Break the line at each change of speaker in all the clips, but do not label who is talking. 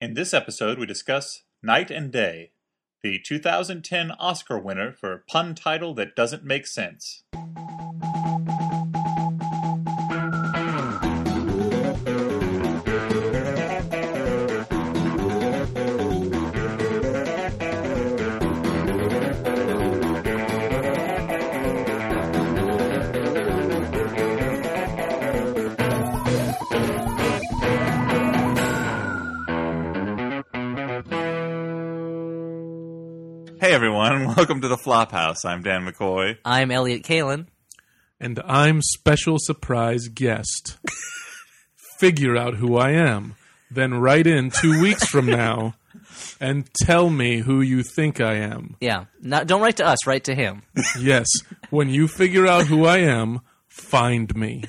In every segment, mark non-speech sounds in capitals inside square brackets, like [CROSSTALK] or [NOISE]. In this episode, we discuss Night and Day, the 2010 Oscar winner for Pun Title That Doesn't Make Sense. Hey everyone, [LAUGHS] welcome to the Flophouse. I'm Dan McCoy.
I'm Elliot Kalin.
and I'm special surprise guest. Figure out who I am, then write in two weeks from now and tell me who you think I am.
Yeah. Not, don't write to us, write to him.
Yes, when you figure out who I am, find me.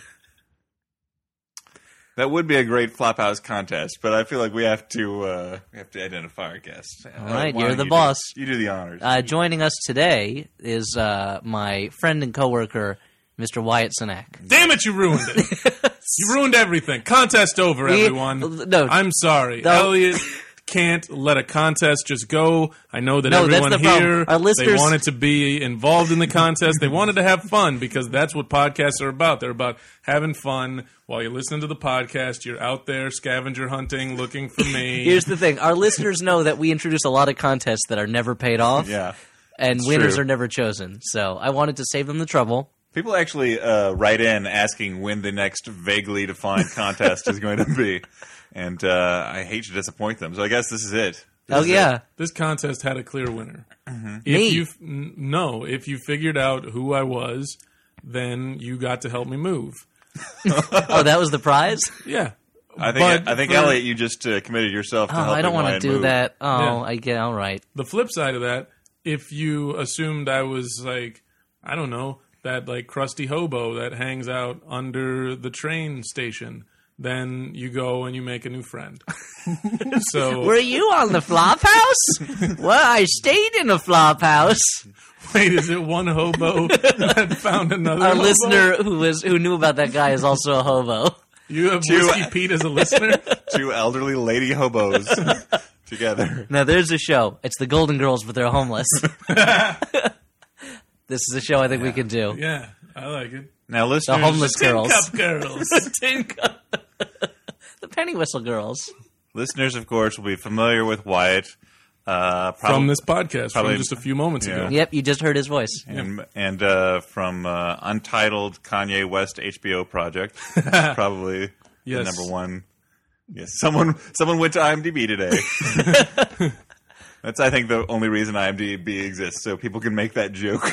That would be a great Flophouse contest, but I feel like we have to uh, we have to identify our guest. All
right, you're the boss.
you do the honors. [LAUGHS]
Uh, joining us today is uh, my friend and coworker, Mr. Wyatt Sinek.
Damn it, you ruined it.
[LAUGHS]
You ruined everything. Contest over,
We-
everyone.
no.
I'm sorry.
No.
Elliot can't let a contest just go. I know that
No, that's
everyone
the problem.
here
Our
they
listeners-
wanted to be involved in the contest. they wanted to have fun because that's what podcasts are about. They're about having fun while you listen to the podcast. You're out there scavenger hunting, looking for
[LAUGHS]
me.
Here's the thing our listeners know that we introduce a lot of contests that are never paid off,
yeah,
and winners
true.
are never chosen. So I wanted to save them the trouble.
people actually uh, write in asking when the next vaguely defined contest is going to be, and uh, I hate to disappoint them. So I guess this is it. This
oh,
is
yeah.
[LAUGHS] it.
this contest had a clear winner. If
Mm-hmm. Me.
you f- n- no, if you figured out who I was, then you got to help me move.
Oh, that was the prize?
Yeah.
I think
But
I think
for-
Elliot, you just uh, committed yourself to
Oh, I don't
want to
do that. Oh,
Yeah.
I get all right.
the flip side of that, if you assumed I was like, I don't know, that like crusty hobo that hangs out under the train station, then you go and you make a new friend. so
Were you on the flop house?
[LAUGHS]
well, I stayed in a flop house.
wait, is it one hobo that found another?
Our
hobo?
listener who was who knew about that guy is also a hobo.
you have Whiskey Pete as a listener.
[LAUGHS] Two elderly lady
[LAUGHS]
hobos together.
Now there's a show. It's the Golden Girls, but they're homeless. [LAUGHS] this is a show I think we can do. [LAUGHS]
yeah, I like it.
Now,
The
listeners,
homeless girls,
Tin cup girls.
the penny whistle girls.
listeners, of course, will be familiar with Wyatt uh, prob-
From this podcast,
Probably-
from just a few moments
Yeah.
ago.
Yep, you just heard his voice.
and, and uh, from uh, untitled Kanye West HBO
[LAUGHS]
project, probably the
Yes.
number one. Yes, someone someone went to IMDb today.
[LAUGHS]
That's I think the only reason IMDb exists, so people can make
[LAUGHS]
that joke.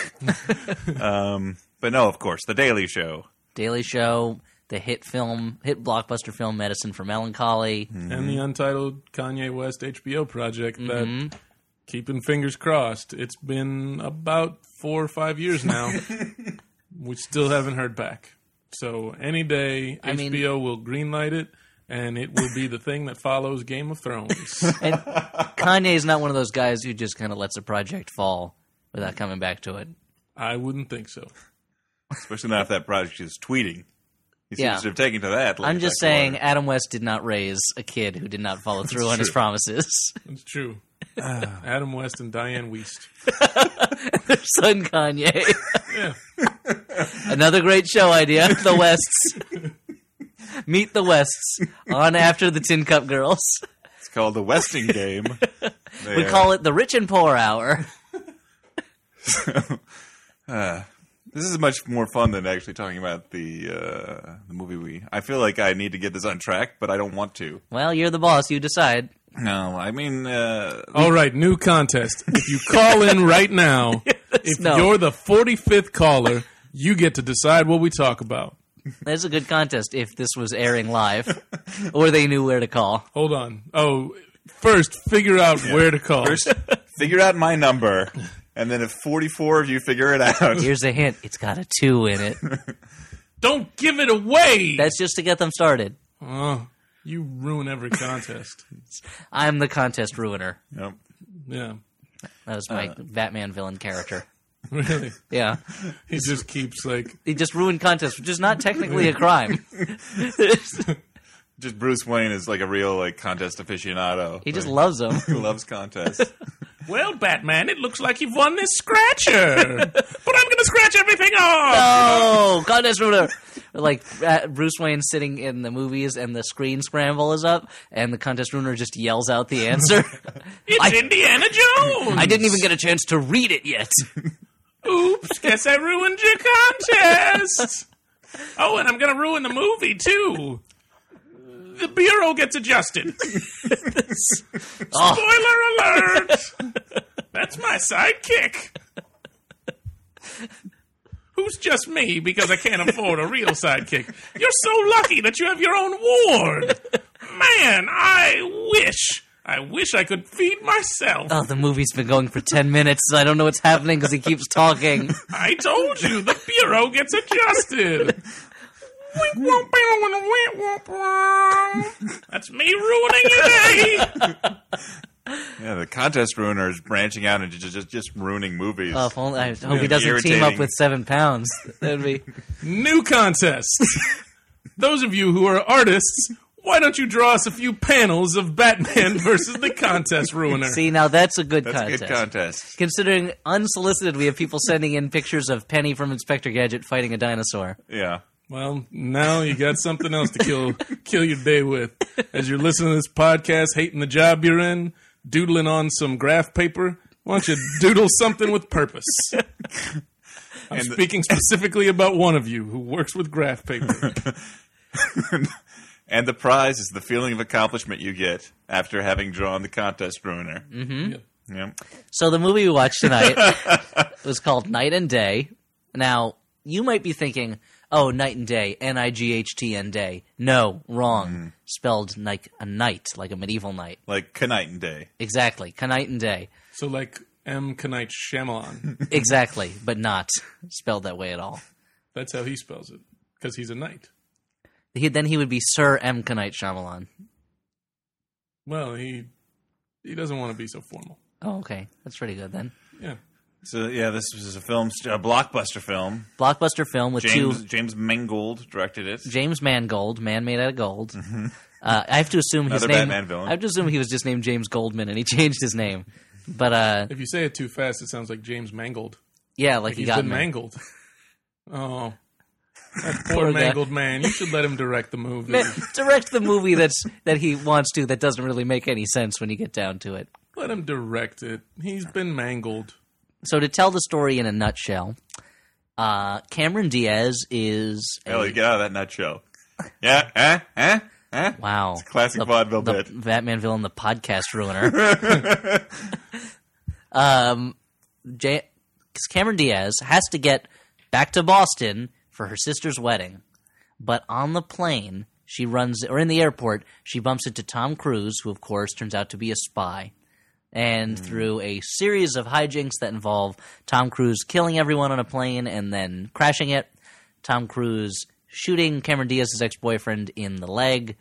um, but no, of course, The Daily Show.
Daily Show, the hit film, hit blockbuster film, Medicine for Melancholy.
and the untitled Kanye West HBO project
Mm-hmm.
that keeping fingers crossed. It's been about four or five years
[LAUGHS]
now. we still haven't heard back. So any day
I mean-
HBO will greenlight it and it will be the thing that follows Game of
[LAUGHS]
Thrones.
And Kanye is not one of those guys who just kind of lets a project fall without coming back to it.
I wouldn't think so.
Especially not if that project is tweeting. He seems
Yeah.
to have taken to that. like
I'm
a
just
duck to
saying,
water.
Adam West did not raise a kid who did not follow through on his
true.
promises.
It's true.
Ah.
Adam West and
[LAUGHS]
Diane Weist.
Their son Kanye.
Yeah.
Another great show idea. The Wests. Meet the Wests on after the Tin Cup Girls.
It's called the Westing Game.
[LAUGHS] We call it the Rich and Poor Hour.
This is much more fun than actually talking about the uh, the movie. We I feel like I need to get this on track, but I don't want to.
Well, you're the boss. You decide.
No, I mean, uh,
All right, new contest. If you call in
[LAUGHS]
right now, if
no.
you're the 45th caller, you get to decide what we talk about.
That's a good contest if this was airing live or they knew where to call.
Hold on. Oh, first figure out where to call.
first figure out my number, and then if forty four of you figure it
[LAUGHS]
out, [LAUGHS]
Here's a hint it's got a two in it.
[LAUGHS] Don't give it away.
That's just to get them started.
oh, you ruin every contest. [LAUGHS]
I'm the contest ruiner.
Yep.
yeah,
That was my Batman villain character.
really.
Yeah.
He just keeps like
He just ruined contests, which is not technically a crime.
Just Bruce Wayne is like a real like contest aficionado.
He just
Like,
loves them.
[LAUGHS] he loves
[LAUGHS]
contests.
Well, Batman, it looks like you've won this scratcher, but I'm going to scratch everything off.
Oh, contest ruler. [LAUGHS] Like uh, Bruce Wayne sitting in the movies, and the screen scramble is up, and the contest ruler just yells out the [LAUGHS] answer.
It's
I-
Indiana Jones.
I didn't even get a chance to read it [LAUGHS] yet.
Oops, guess I ruined your contest. oh, and I'm going to ruin the movie, too. The Bureau gets adjusted.
Oh,
Spoiler alert! That's my sidekick. Who's just me because I can't afford a real sidekick. You're so lucky that you have your own ward. Man, I wish. I wish I could feed myself.
oh, the movie's been going for ten minutes. I don't know what's happening because he keeps talking.
I told you, the bureau gets adjusted. Wink, womp, bow, and a wink, womp, womp. That's me ruining your day.
yeah, the contest ruiner is branching out into just just, just ruining movies.
[LAUGHS] Oh, if only- I hope he
Yeah,
doesn't team up
irritating.
with seven [LAUGHS] pounds. That'd be
New contest. Those of you who are artists, why don't you draw us a few panels of Batman versus the contest ruiner?
see now. That's a good
That's
contest.
a good contest.
Considering unsolicited, we have people sending in pictures of Penny from Inspector Gadget fighting a dinosaur.
Yeah.
Well, now you got something else to kill [LAUGHS] kill your day with. As you're listening to this podcast, hating the job you're in, doodling on some graph paper, why don't you doodle something with purpose? I'm
And the-
speaking specifically about one of you who works with graph paper.
And the prize is the feeling of accomplishment you get after having drawn the contest ruiner.
Yeah.
Mm-hmm. Yep.
So the movie we watched
[LAUGHS]
tonight was called Night and Day. Now you might be thinking, "Oh, Night and Day, N I G H T N Day." No, wrong.
Mm.
Spelled like a night, like a medieval knight.
Like Knight and Day.
Exactly, night and day.
So like M. Knight Shyamalan.
[LAUGHS]
Exactly, but not spelled that way at all.
That's how he spells it because he's a knight.
He, then he would be Sir M. Knight Shyamalan.
Well, he he doesn't want to be so formal.
Oh, okay, that's pretty good then.
Yeah.
So yeah, this was a film, a blockbuster film.
Blockbuster film with
James
two
James Mangold directed it.
James Mangold, man made out of gold. Uh, I have to assume his
Mm-hmm. Another
name.
Batman villain.
I have to assume he was just named James Goldman and he [LAUGHS] changed his name. But uh,
If you say it too fast, it sounds like James Mangold.
yeah, like
He's
he got
been
ma-
mangled. [LAUGHS] Oh, that poor,
Poor guy.
mangled man. You should let him direct the movie.
Man, [LAUGHS] direct the movie that's that he wants to. That doesn't really make any sense when you get down to it.
Let him direct it. He's been mangled.
So to tell the story in a nutshell, uh, Cameron Diaz is a-
Hell, you get out of that nutshell. Yeah, eh, eh, eh.
wow,
Classic vaudeville
the
bit.
Batman villain, the podcast ruiner. [LAUGHS] um, J- Cameron Diaz has to get back to Boston for her sister's wedding, but on the plane she runs, or in the airport, she bumps into Tom Cruise, who of course turns out to be a spy. And through a series of hijinks that involve Tom Cruise killing everyone on a plane and then crashing it, Tom Cruise shooting Cameron Diaz's ex boyfriend in the leg,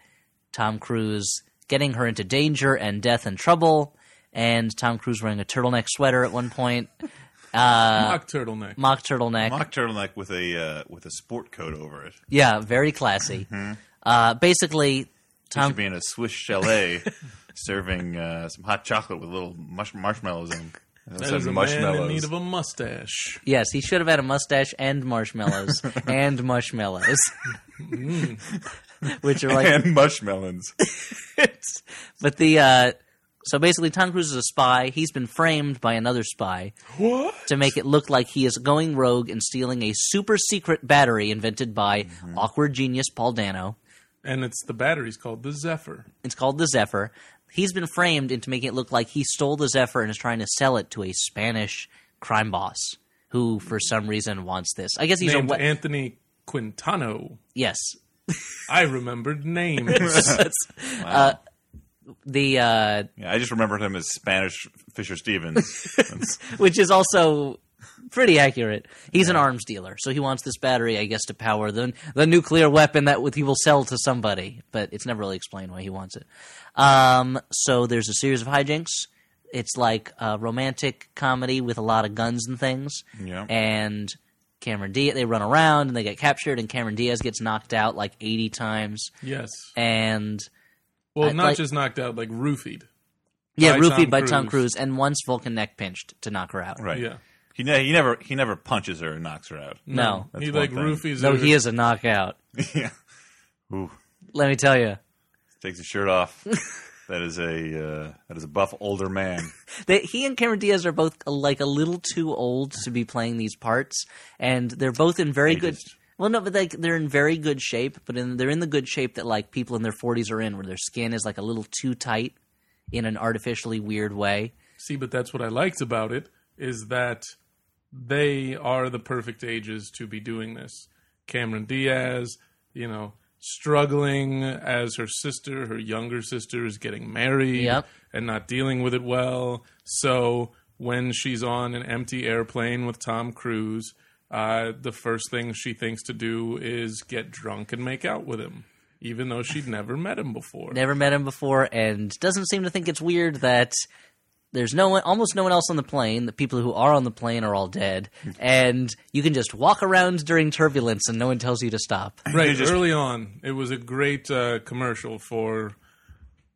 Tom Cruise getting her into danger and death and trouble, and Tom Cruise wearing a turtleneck sweater at one point, [LAUGHS]
Mock turtleneck.
mock turtleneck.
Mock turtleneck with a uh, with a sport coat over it.
yeah, very classy. Uh, basically,
Mm-hmm. He
Tom
should be in a Swiss chalet, [LAUGHS] serving uh, some hot chocolate with little mush- marshmallows in.
That is a man in need of a mustache.
Yes, he should have had a mustache and
[LAUGHS]
marshmallows and marshmallows, [LAUGHS] which are like.
Mm. [LAUGHS] and marshmallows.
but the uh, so basically, Tom Cruise is a spy. He's been framed by another spy
What?
to make it look like he is going rogue and stealing a super secret battery invented by
Mm-hmm.
awkward genius Paul Dano.
And it's the battery's called the Zephyr.
It's called the Zephyr. He's been framed into making it look like he stole the Zephyr and is trying to sell it to a Spanish crime boss who, for some reason, wants this. I guess he's
named
a we-
Anthony Quintano.
yes.
I remembered names.
The uh,
Yeah, I just remembered him as Spanish Fisher Stevens. [LAUGHS] That's-
which is also pretty accurate. He's an arms dealer, so he wants this battery, I guess, to power the the nuclear weapon that would- he will sell to somebody. But it's never really explained why he wants it. Um, so there's a series of hijinks. It's like a romantic comedy with a lot of guns and things.
Yeah.
And Cameron Diaz. They run around and they get captured, and Cameron Diaz gets knocked out like 80 times.
Yes.
And
Well,
I'd
not
like-
just knocked out, like roofied.
yeah,
By
roofied
Tom
by Tom
Cruise.
Cruise, and once Vulcan neck pinched to knock her out.
Right.
Yeah.
He, ne- he never he never punches her and knocks her out.
No.
That's
he
one
like
thing.
roofies.
No,
her.
he is a knockout.
yeah. Ooh,
Let me tell you.
takes his shirt [LAUGHS] off. that is a uh, that is a buff older man.
They, he and Cameron Diaz are both uh, like a little too old to be playing these parts, and they're both in very good.
Ageist.
Well, no, but like they're in very good shape, but in, they're in the good shape that like people in their forties are in, where their skin is like a little too tight in an artificially weird way.
See, but that's what I liked about it is that they are the perfect ages to be doing this. Cameron Diaz, you know, struggling as her sister, her younger sister is getting married
Yep.
and not dealing with it well. So when she's on an empty airplane with Tom Cruise, uh, the first thing she thinks to do is get drunk and make out with him, even though she'd never met him before.
Never met him before, and doesn't seem to think it's weird that there's no one, almost no one else on the plane. The people who are on the plane are all dead, and you can just walk around during turbulence, and no one tells you to stop.
Right,
just-
early on, it was a great uh, commercial for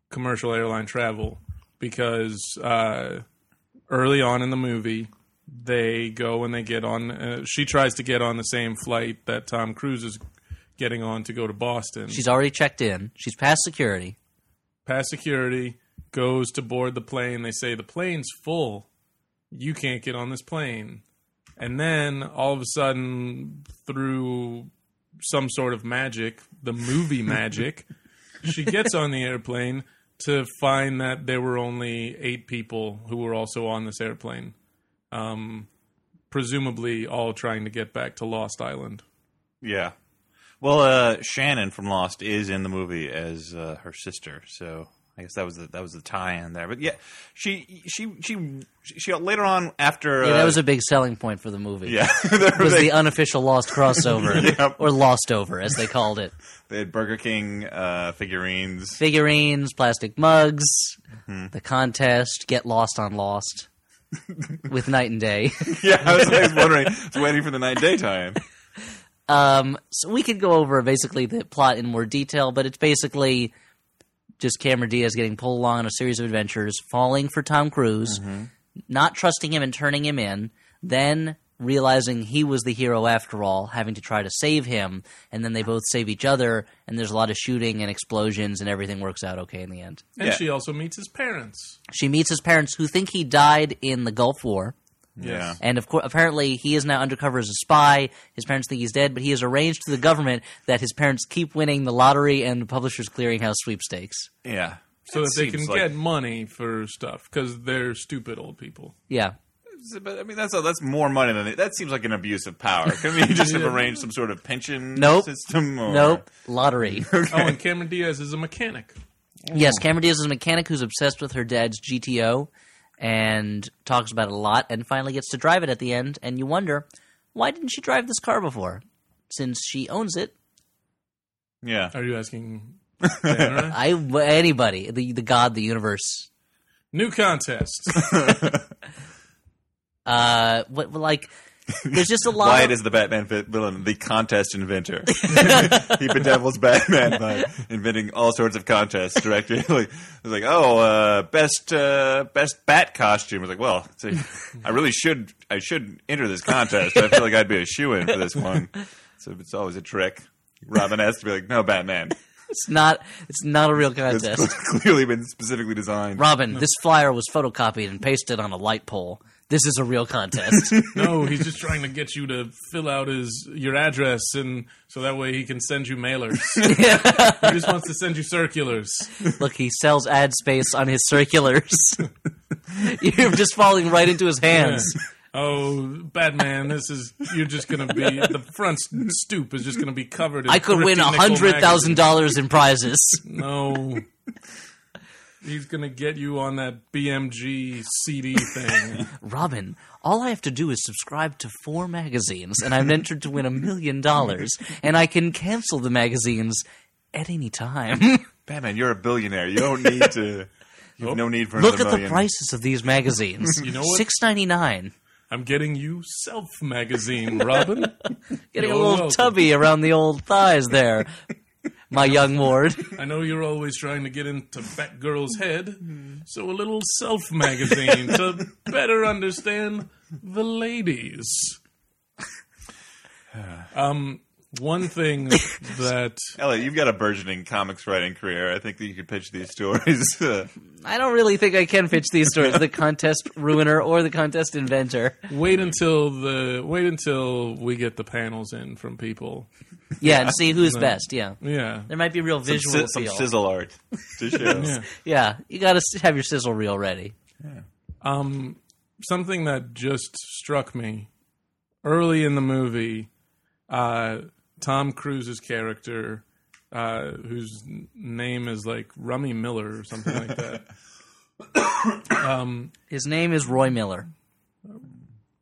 commercial airline travel because uh, early on in the movie, they go and they get on. Uh, she tries to get on the same flight that Tom Cruise is getting on to go to Boston.
She's already checked in. She's past security.
past security, goes to board the plane. They say the plane's full. You can't get on this plane. And then all of a sudden, through some sort of magic, the
[LAUGHS]
movie magic, she gets on the airplane to find that there were only eight people who were also on this airplane, um, presumably all trying to get back to Lost Island.
yeah. Well, uh, Shannon from Lost is in the movie as uh, her sister, so I guess that was the that was the tie-in there. But yeah, she she she she, she later on after
Yeah,
uh,
that was a big selling point for the movie.
[LAUGHS] yeah [LAUGHS] there
It was
they-
the unofficial Lost crossover,
[LAUGHS] Yep.
or Lost Over, as they called it.
They had Burger King uh, figurines.
Figurines, plastic mugs,
Hmm.
the contest, get lost on Lost with Night and Day.
[LAUGHS] Yeah, I was, I [LAUGHS] was wondering. I was waiting for the night daytime.
Um, so we could go over basically the plot in more detail, but it's basically just Cameron Diaz getting pulled along on a series of adventures, falling for Tom Cruise, not trusting him and turning him in, then realizing he was the hero after all, having to try to save him, and then they both save each other, and there's a lot of shooting and explosions, and everything works out okay in the end.
And
Yeah.
she also meets his parents.
She meets his parents, who think he died in the Gulf War.
Yeah.
And of course, apparently, he is now undercover as a spy. His parents think he's dead, but he has arranged to the government that his parents keep winning the lottery and Publishers Clearinghouse sweepstakes.
Yeah.
So that, they can
seems like-
get money for stuff because they're stupid old people.
Yeah,
But I mean, that's uh, that's more money than that seems like an abuse of power. I mean, you just have arranged some sort of pension
Nope.
system. Or,
nope, lottery.
Oh, and Cameron Diaz is a mechanic.
yes, Cameron Diaz is a mechanic who's obsessed with her dad's GTO and talks about it a lot, and finally gets to drive it at the end. And you wonder why didn't she drive this car before? Since she owns it,
Yeah.
Are you asking?
[LAUGHS]
Tanner?
I anybody the the god the universe
New contest.
uh what like there's just
[LAUGHS]
a lot
Wyatt
of,
is the Batman vi- villain, the
[LAUGHS]
contest inventor. [LAUGHS] he bedevils Batman by inventing all sorts of contests directly. [LAUGHS] like, it's like, oh, uh, best uh, best bat costume. It's like, well, it's a- I really should I should enter this contest. I feel like I'd be a shoe in for this one. So it's always a trick. Robin has to be like, no, Batman.
it's not it's not a real
It's
contest
clearly been specifically designed.
Robin, this flyer was photocopied and pasted on a light pole. This is a real
[LAUGHS]
contest. [LAUGHS]
No, he's just trying to get you to fill out his your address, and so that way he can send you
[LAUGHS]
mailers. he just wants to send you circulars.
Look, he sells ad space on his circulars. [LAUGHS] You're just falling right into his hands.
Oh, Batman! This is you're just going to be the front stoop is just going to be covered. In
I could win
thrifty nickel
hundred thousand dollars in prizes.
magazines. No. He's gonna get you on that BMG CD thing.
Robin, all I have to do is subscribe to four magazines, and I'm entered to win a million dollars, and I can cancel the magazines at any
[LAUGHS]
time.
Batman, you're a billionaire. You don't need
[LAUGHS]
to. You have no need for
Look
another
at the
million.
prices of these magazines.
You know what?
Six ninety nine.
I'm getting you Self Magazine, Robin.
Getting
You're
a little
welcome.
tubby around the old thighs there, my young ward.
I know you're always trying to get into Batgirl's head, so a little Self Magazine to better understand the ladies. Um, one thing that
Elliot, you've got a burgeoning comics writing career. I think that you could pitch these stories. [LAUGHS] Uh,
I don't really think I can pitch these stories, the contest ruiner or the contest inventor.
wait until the wait until we get the panels in from people.
Yeah, and see who's best. Yeah.
Yeah,
There might be real visual
si- some
appeal.
sizzle art
[LAUGHS]
to show.
yeah.
Yeah, you got to have your sizzle reel ready.
Um, something that just struck me early in the movie, uh, Tom Cruise's character, uh, whose n- name is like Rummy Miller or something like that.
His name is Roy Miller.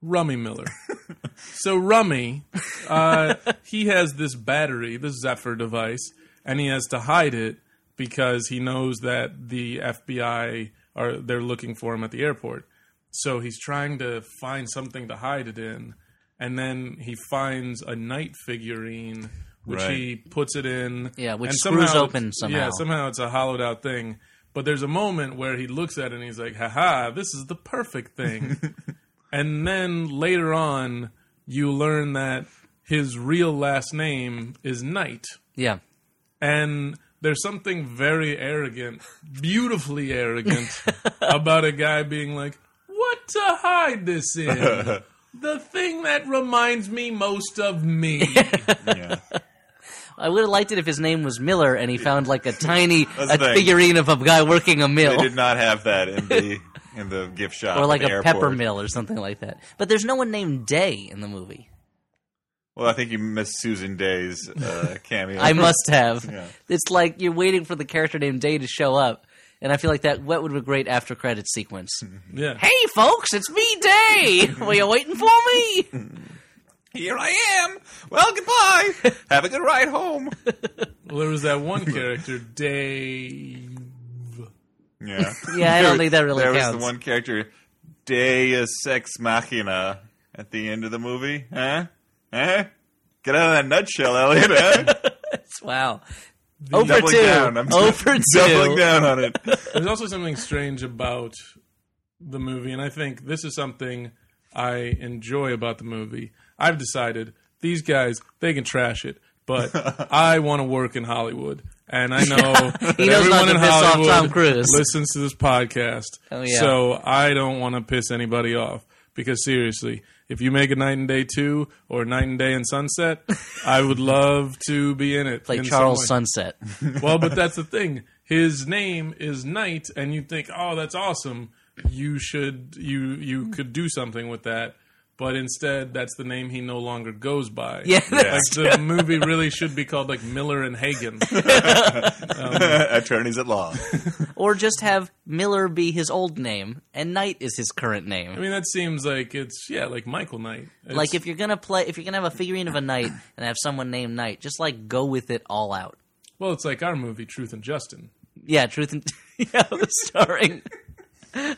Rummy Miller. [LAUGHS] so Rummy, uh, he has this battery, this Zephyr device, and he has to hide it because he knows that the FBI are they're looking for him at the airport. So he's trying to find something to hide it in, and then he finds a knight figurine, which
Right.
he puts it in.
Yeah, which
and
screws
somehow
open
it's-
somehow.
Yeah, somehow it's a hollowed out thing. But there's a moment where he looks at it and he's like, haha, this is the perfect thing. And then later on, you learn that his real last name is Knight.
Yeah.
And there's something very arrogant, beautifully arrogant,
[LAUGHS]
about a guy being like, What to hide this in? the thing that reminds me most
[LAUGHS]
of me.
Yeah.
I would have liked it if his name was Miller and he found like a tiny
[LAUGHS] That's
a
the thing.
figurine of a guy working a
They
mill
did not have that in the in the gift shop
or
at
like
the
a
airport.
pepper mill or something like that. But there's no one named Day in the movie.
Well, I think you missed Susan Day's uh,
[LAUGHS]
cameo.
I must have.
Yeah.
It's like you're waiting for the character named Day to show up. And I feel like that what would be a great after credit sequence.
Hmm.
Yeah.
hey folks, it's me
[LAUGHS]
Day. Were you waiting for me?
[LAUGHS] Here I am. Well,
[LAUGHS]
goodbye. have a good ride home.
Well, there was that one character, Dave.
Yeah.
Yeah, I don't think that really
there
counts.
was the one character, Deus Ex Machina, at the end of the movie. Huh? Huh? Get out of that nutshell, Elliot. Huh?
Wow. [LAUGHS] Over
doubling
two.
down. I'm [LAUGHS]
Over
doubling
two.
down on it. [LAUGHS]
There's also something strange about the movie, and I think this is something I enjoy about the movie. I've decided these guys, they can trash it,
[LAUGHS]
but I want to work in Hollywood. And I know that
He knows not
everyone
to
in
piss off
Hollywood
Tom Cruise.
listens to this podcast.
Oh, yeah.
So I don't want to piss anybody off. Because seriously, if you make a Night and Day 2 or Night and Day
[LAUGHS]
and Sunset, I would love to be in it.
Like
in some way.
Charles Sunset.
[LAUGHS]
Well, but that's the thing. His name is Knight, and you think, oh, that's awesome. You should you you could do something with that, but instead, that's the name he no longer goes by.
[LAUGHS] Yeah,
Like the
[LAUGHS]
movie really should be called like Miller and Hagen.
Attorneys at law.
or just have Miller be his old name and Knight is his current name.
I mean, that seems like it's yeah, like Michael Knight. It's-
like if you're gonna play, if you're gonna have a figurine of a knight and have someone named Knight, just like go with it all out.
well, it's like our movie Truth and Justin.
Yeah, Truth and [LAUGHS] yeah, starring [LAUGHS]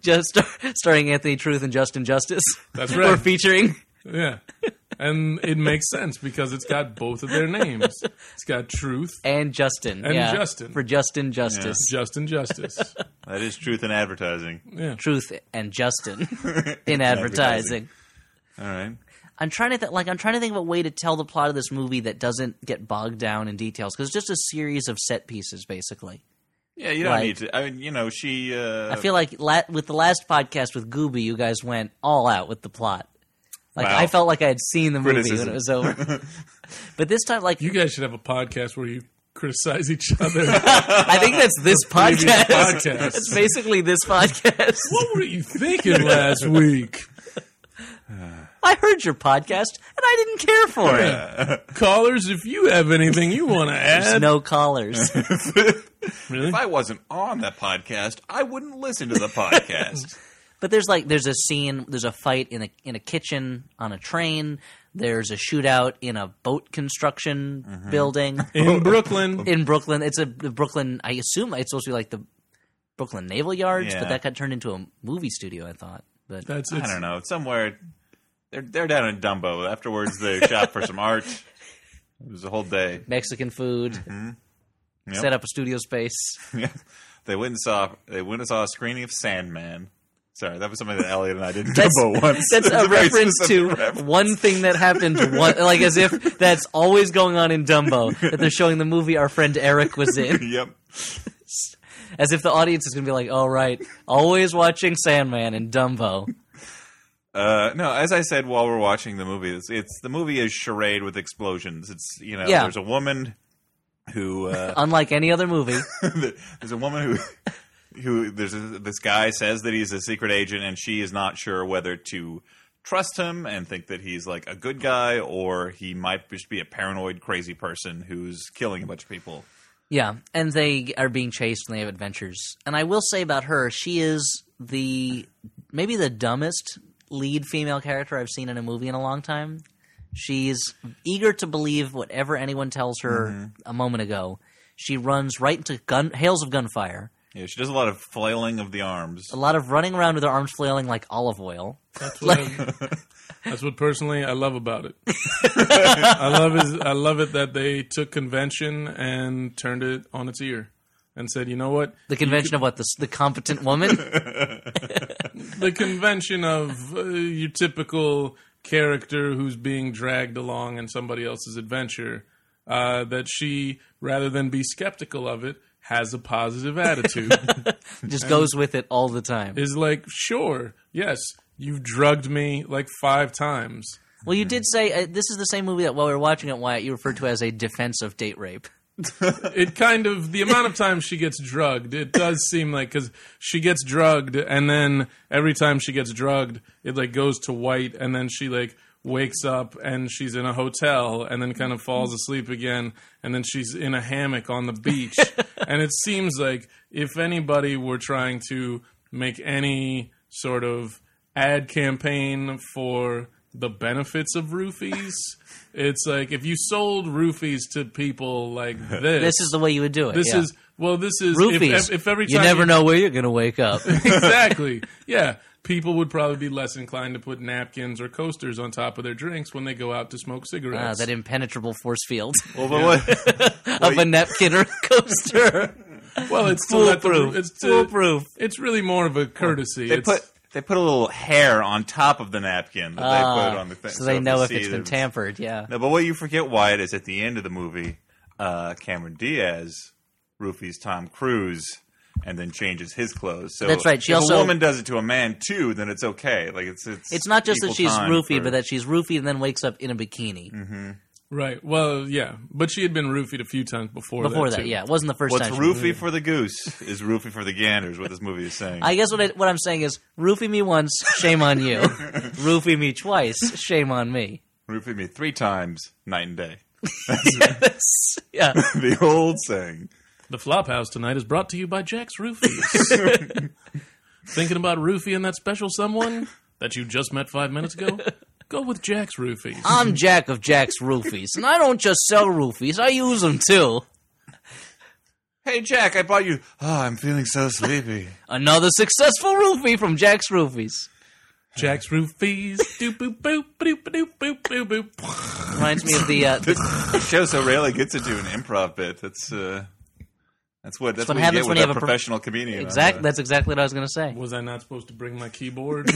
just star- starring Anthony Truth and Justin Justice. [LAUGHS]
That's
Or
right.
featuring
Yeah. And it makes sense because it's got both of their names. It's got Truth,
and Justin
And
yeah,
Justin.
for Justin Justice.
Justin Justice.
That is truth in advertising.
Truth and
[LAUGHS]
Justin in advertising.
All right.
I'm trying to th- like I'm trying to think of a way to tell the plot of this movie that doesn't get bogged down in details because it's just a series of set pieces basically.
Yeah, you don't
Like-
need to. I mean, you know, she. Uh,
I feel like la- with the last podcast with Gooby, you guys went all out with the plot. Like
Wow.
I felt like I had seen the movie when
Criticism.
it was
[LAUGHS]
over. but this time, like
You guys should have a podcast where you criticize each other.
[LAUGHS] I think that's this podcast. [LAUGHS]
podcast.
It's basically this podcast.
What were you thinking last week?
I heard your podcast and I didn't care for it.
Callers, if you have anything you want to
There's
add,
no callers. [LAUGHS]
really?
if I wasn't on that podcast, I wouldn't
[LAUGHS]
listen to the podcast.
But there's like there's a scene, there's a fight in a in a kitchen on a train. There's a shootout in a boat construction building
in Brooklyn,
in Brooklyn. It's a the Brooklyn. I assume it's supposed to be like the Brooklyn Naval Yards,
Yeah.
but that got turned into a movie studio. I thought, but
That's it's,
I don't know. Somewhere they're they're down in Dumbo. Afterwards, they shop for some art. It was a whole day.
Mexican food.
Yep.
Set up a studio space.
Yeah. They went and saw they went and saw a screening of Sandman. Sorry, that was something that Elliot and I did in
That's,
Dumbo [LAUGHS] once.
that's
It was
a
very
reference to
specific reference.
one thing that happened. One, like as if that's always going on in Dumbo. That they're showing the movie our friend Eric was
[LAUGHS]
in.
Yep.
As if the audience is going to be like, "All right, always watching Sandman and Dumbo."
Uh, no, as I said while we're watching the movie, it's, it's the movie is charade with explosions. It's you know,
Yeah.
there's a woman who uh, [LAUGHS]
Unlike any other movie,
there's a woman who who there's a, this guy says that he's a secret agent and she is not sure whether to trust him and think that he's like a good guy or he might just be a paranoid crazy person who's killing a bunch of people.
yeah. And they are being chased and they have adventures. And I will say about her, she is the maybe the dumbest lead female character I've seen in a movie in a long time. She's eager to believe whatever anyone tells her
Mm-hmm.
a moment ago. She runs right into gun hails of gunfire.
Yeah, she does a lot of flailing of the arms.
A lot of running around with her arms flailing like olive oil.
That's what, I- that's what personally I love about it. I love is I love it that they took convention and turned it on its ear and said, you know what,
The convention of what the, the competent
[LAUGHS]
woman.
the convention of uh, your typical character who's being dragged along in somebody else's adventure. Uh, that she, rather than be skeptical of it, has a positive
[LAUGHS]
attitude.
just goes with it all the time.
is like, sure, yes, you've drugged me like five times.
Well, you did say uh, this is the same movie that while we were watching it, Wyatt, you referred to as a defense of date rape.
it kind of the amount of time she gets drugged it does seem like because she gets drugged and then every time she gets drugged it like goes to white and then she like wakes up and she's in a hotel and then kind of falls asleep again and then she's in a hammock on the beach and it seems like if anybody were trying to make any sort of ad campaign for the benefits of roofies it's like if you sold roofies to people like this
This is the way you would do it.
this
yeah.
is well. This is if,
roofies.
if, if every time
you never know [LAUGHS] where you're going to wake up.
[LAUGHS] exactly, yeah, people would probably be less inclined to put napkins or coasters on top of their drinks when they go out to smoke
Ah,
cigarettes.
that impenetrable force
[LAUGHS]
field
Well, but
[LAUGHS]
what,
of a napkin or coaster.
well, it's to let the,
Foolproof.
it's to,
Foolproof.
It's really more of a courtesy.
they
it's,
put they put a little hair on top of the napkin that they
Ah,
put on the thing,
so they
if
know
you
if
see
it's been
there's-
tampered. Yeah.
No, but what you forget, Wyatt, is at the end of the movie, uh, Cameron Diaz roofies Tom Cruise and then changes his clothes. So
That's right. She
if
also-
a woman does it to a man too, then it's okay. Like it's it's
It's not just that
equal
she's
time
roofied,
for-
but that she's roofied and then wakes up in a bikini
Mm-hmm. right. Well, yeah, but she had been roofied a few times before.
before
that,
that.
too.
Yeah, it wasn't the first
what's
time. she-
roofie for the goose is roofie for the gander. Is what this movie is
[LAUGHS]
saying.
I guess what I, what I'm saying is, roofie me once, shame on
[LAUGHS]
you. roofie me twice, shame on me.
roofie me three times, night and day. [LAUGHS]
Yes. Yeah.
the old saying.
The Flophouse tonight is brought to you by Jack's Roofies.
[LAUGHS]
Thinking about roofie and that special someone that you just met five minutes ago? Go with Jack's Roofies.
I'm Jack of Jack's Roofies, and I don't just sell roofies, I use them too.
Hey Jack, I bought you. Oh, I'm feeling so [LAUGHS] sleepy.
Another successful roofie from Jack's Roofies.
Jack's [LAUGHS] Roofies. Doop boop boop boop boop boop boop boop.
Reminds me of the. Uh,
this this show so rarely gets into an improv bit. That's uh, that's what that's
what
what, you
happens when
get with
you
a
have a pro-
professional comedian. on
exactly,
the-
that's exactly what I was going to say.
Was I not supposed to bring my [LAUGHS] keyboard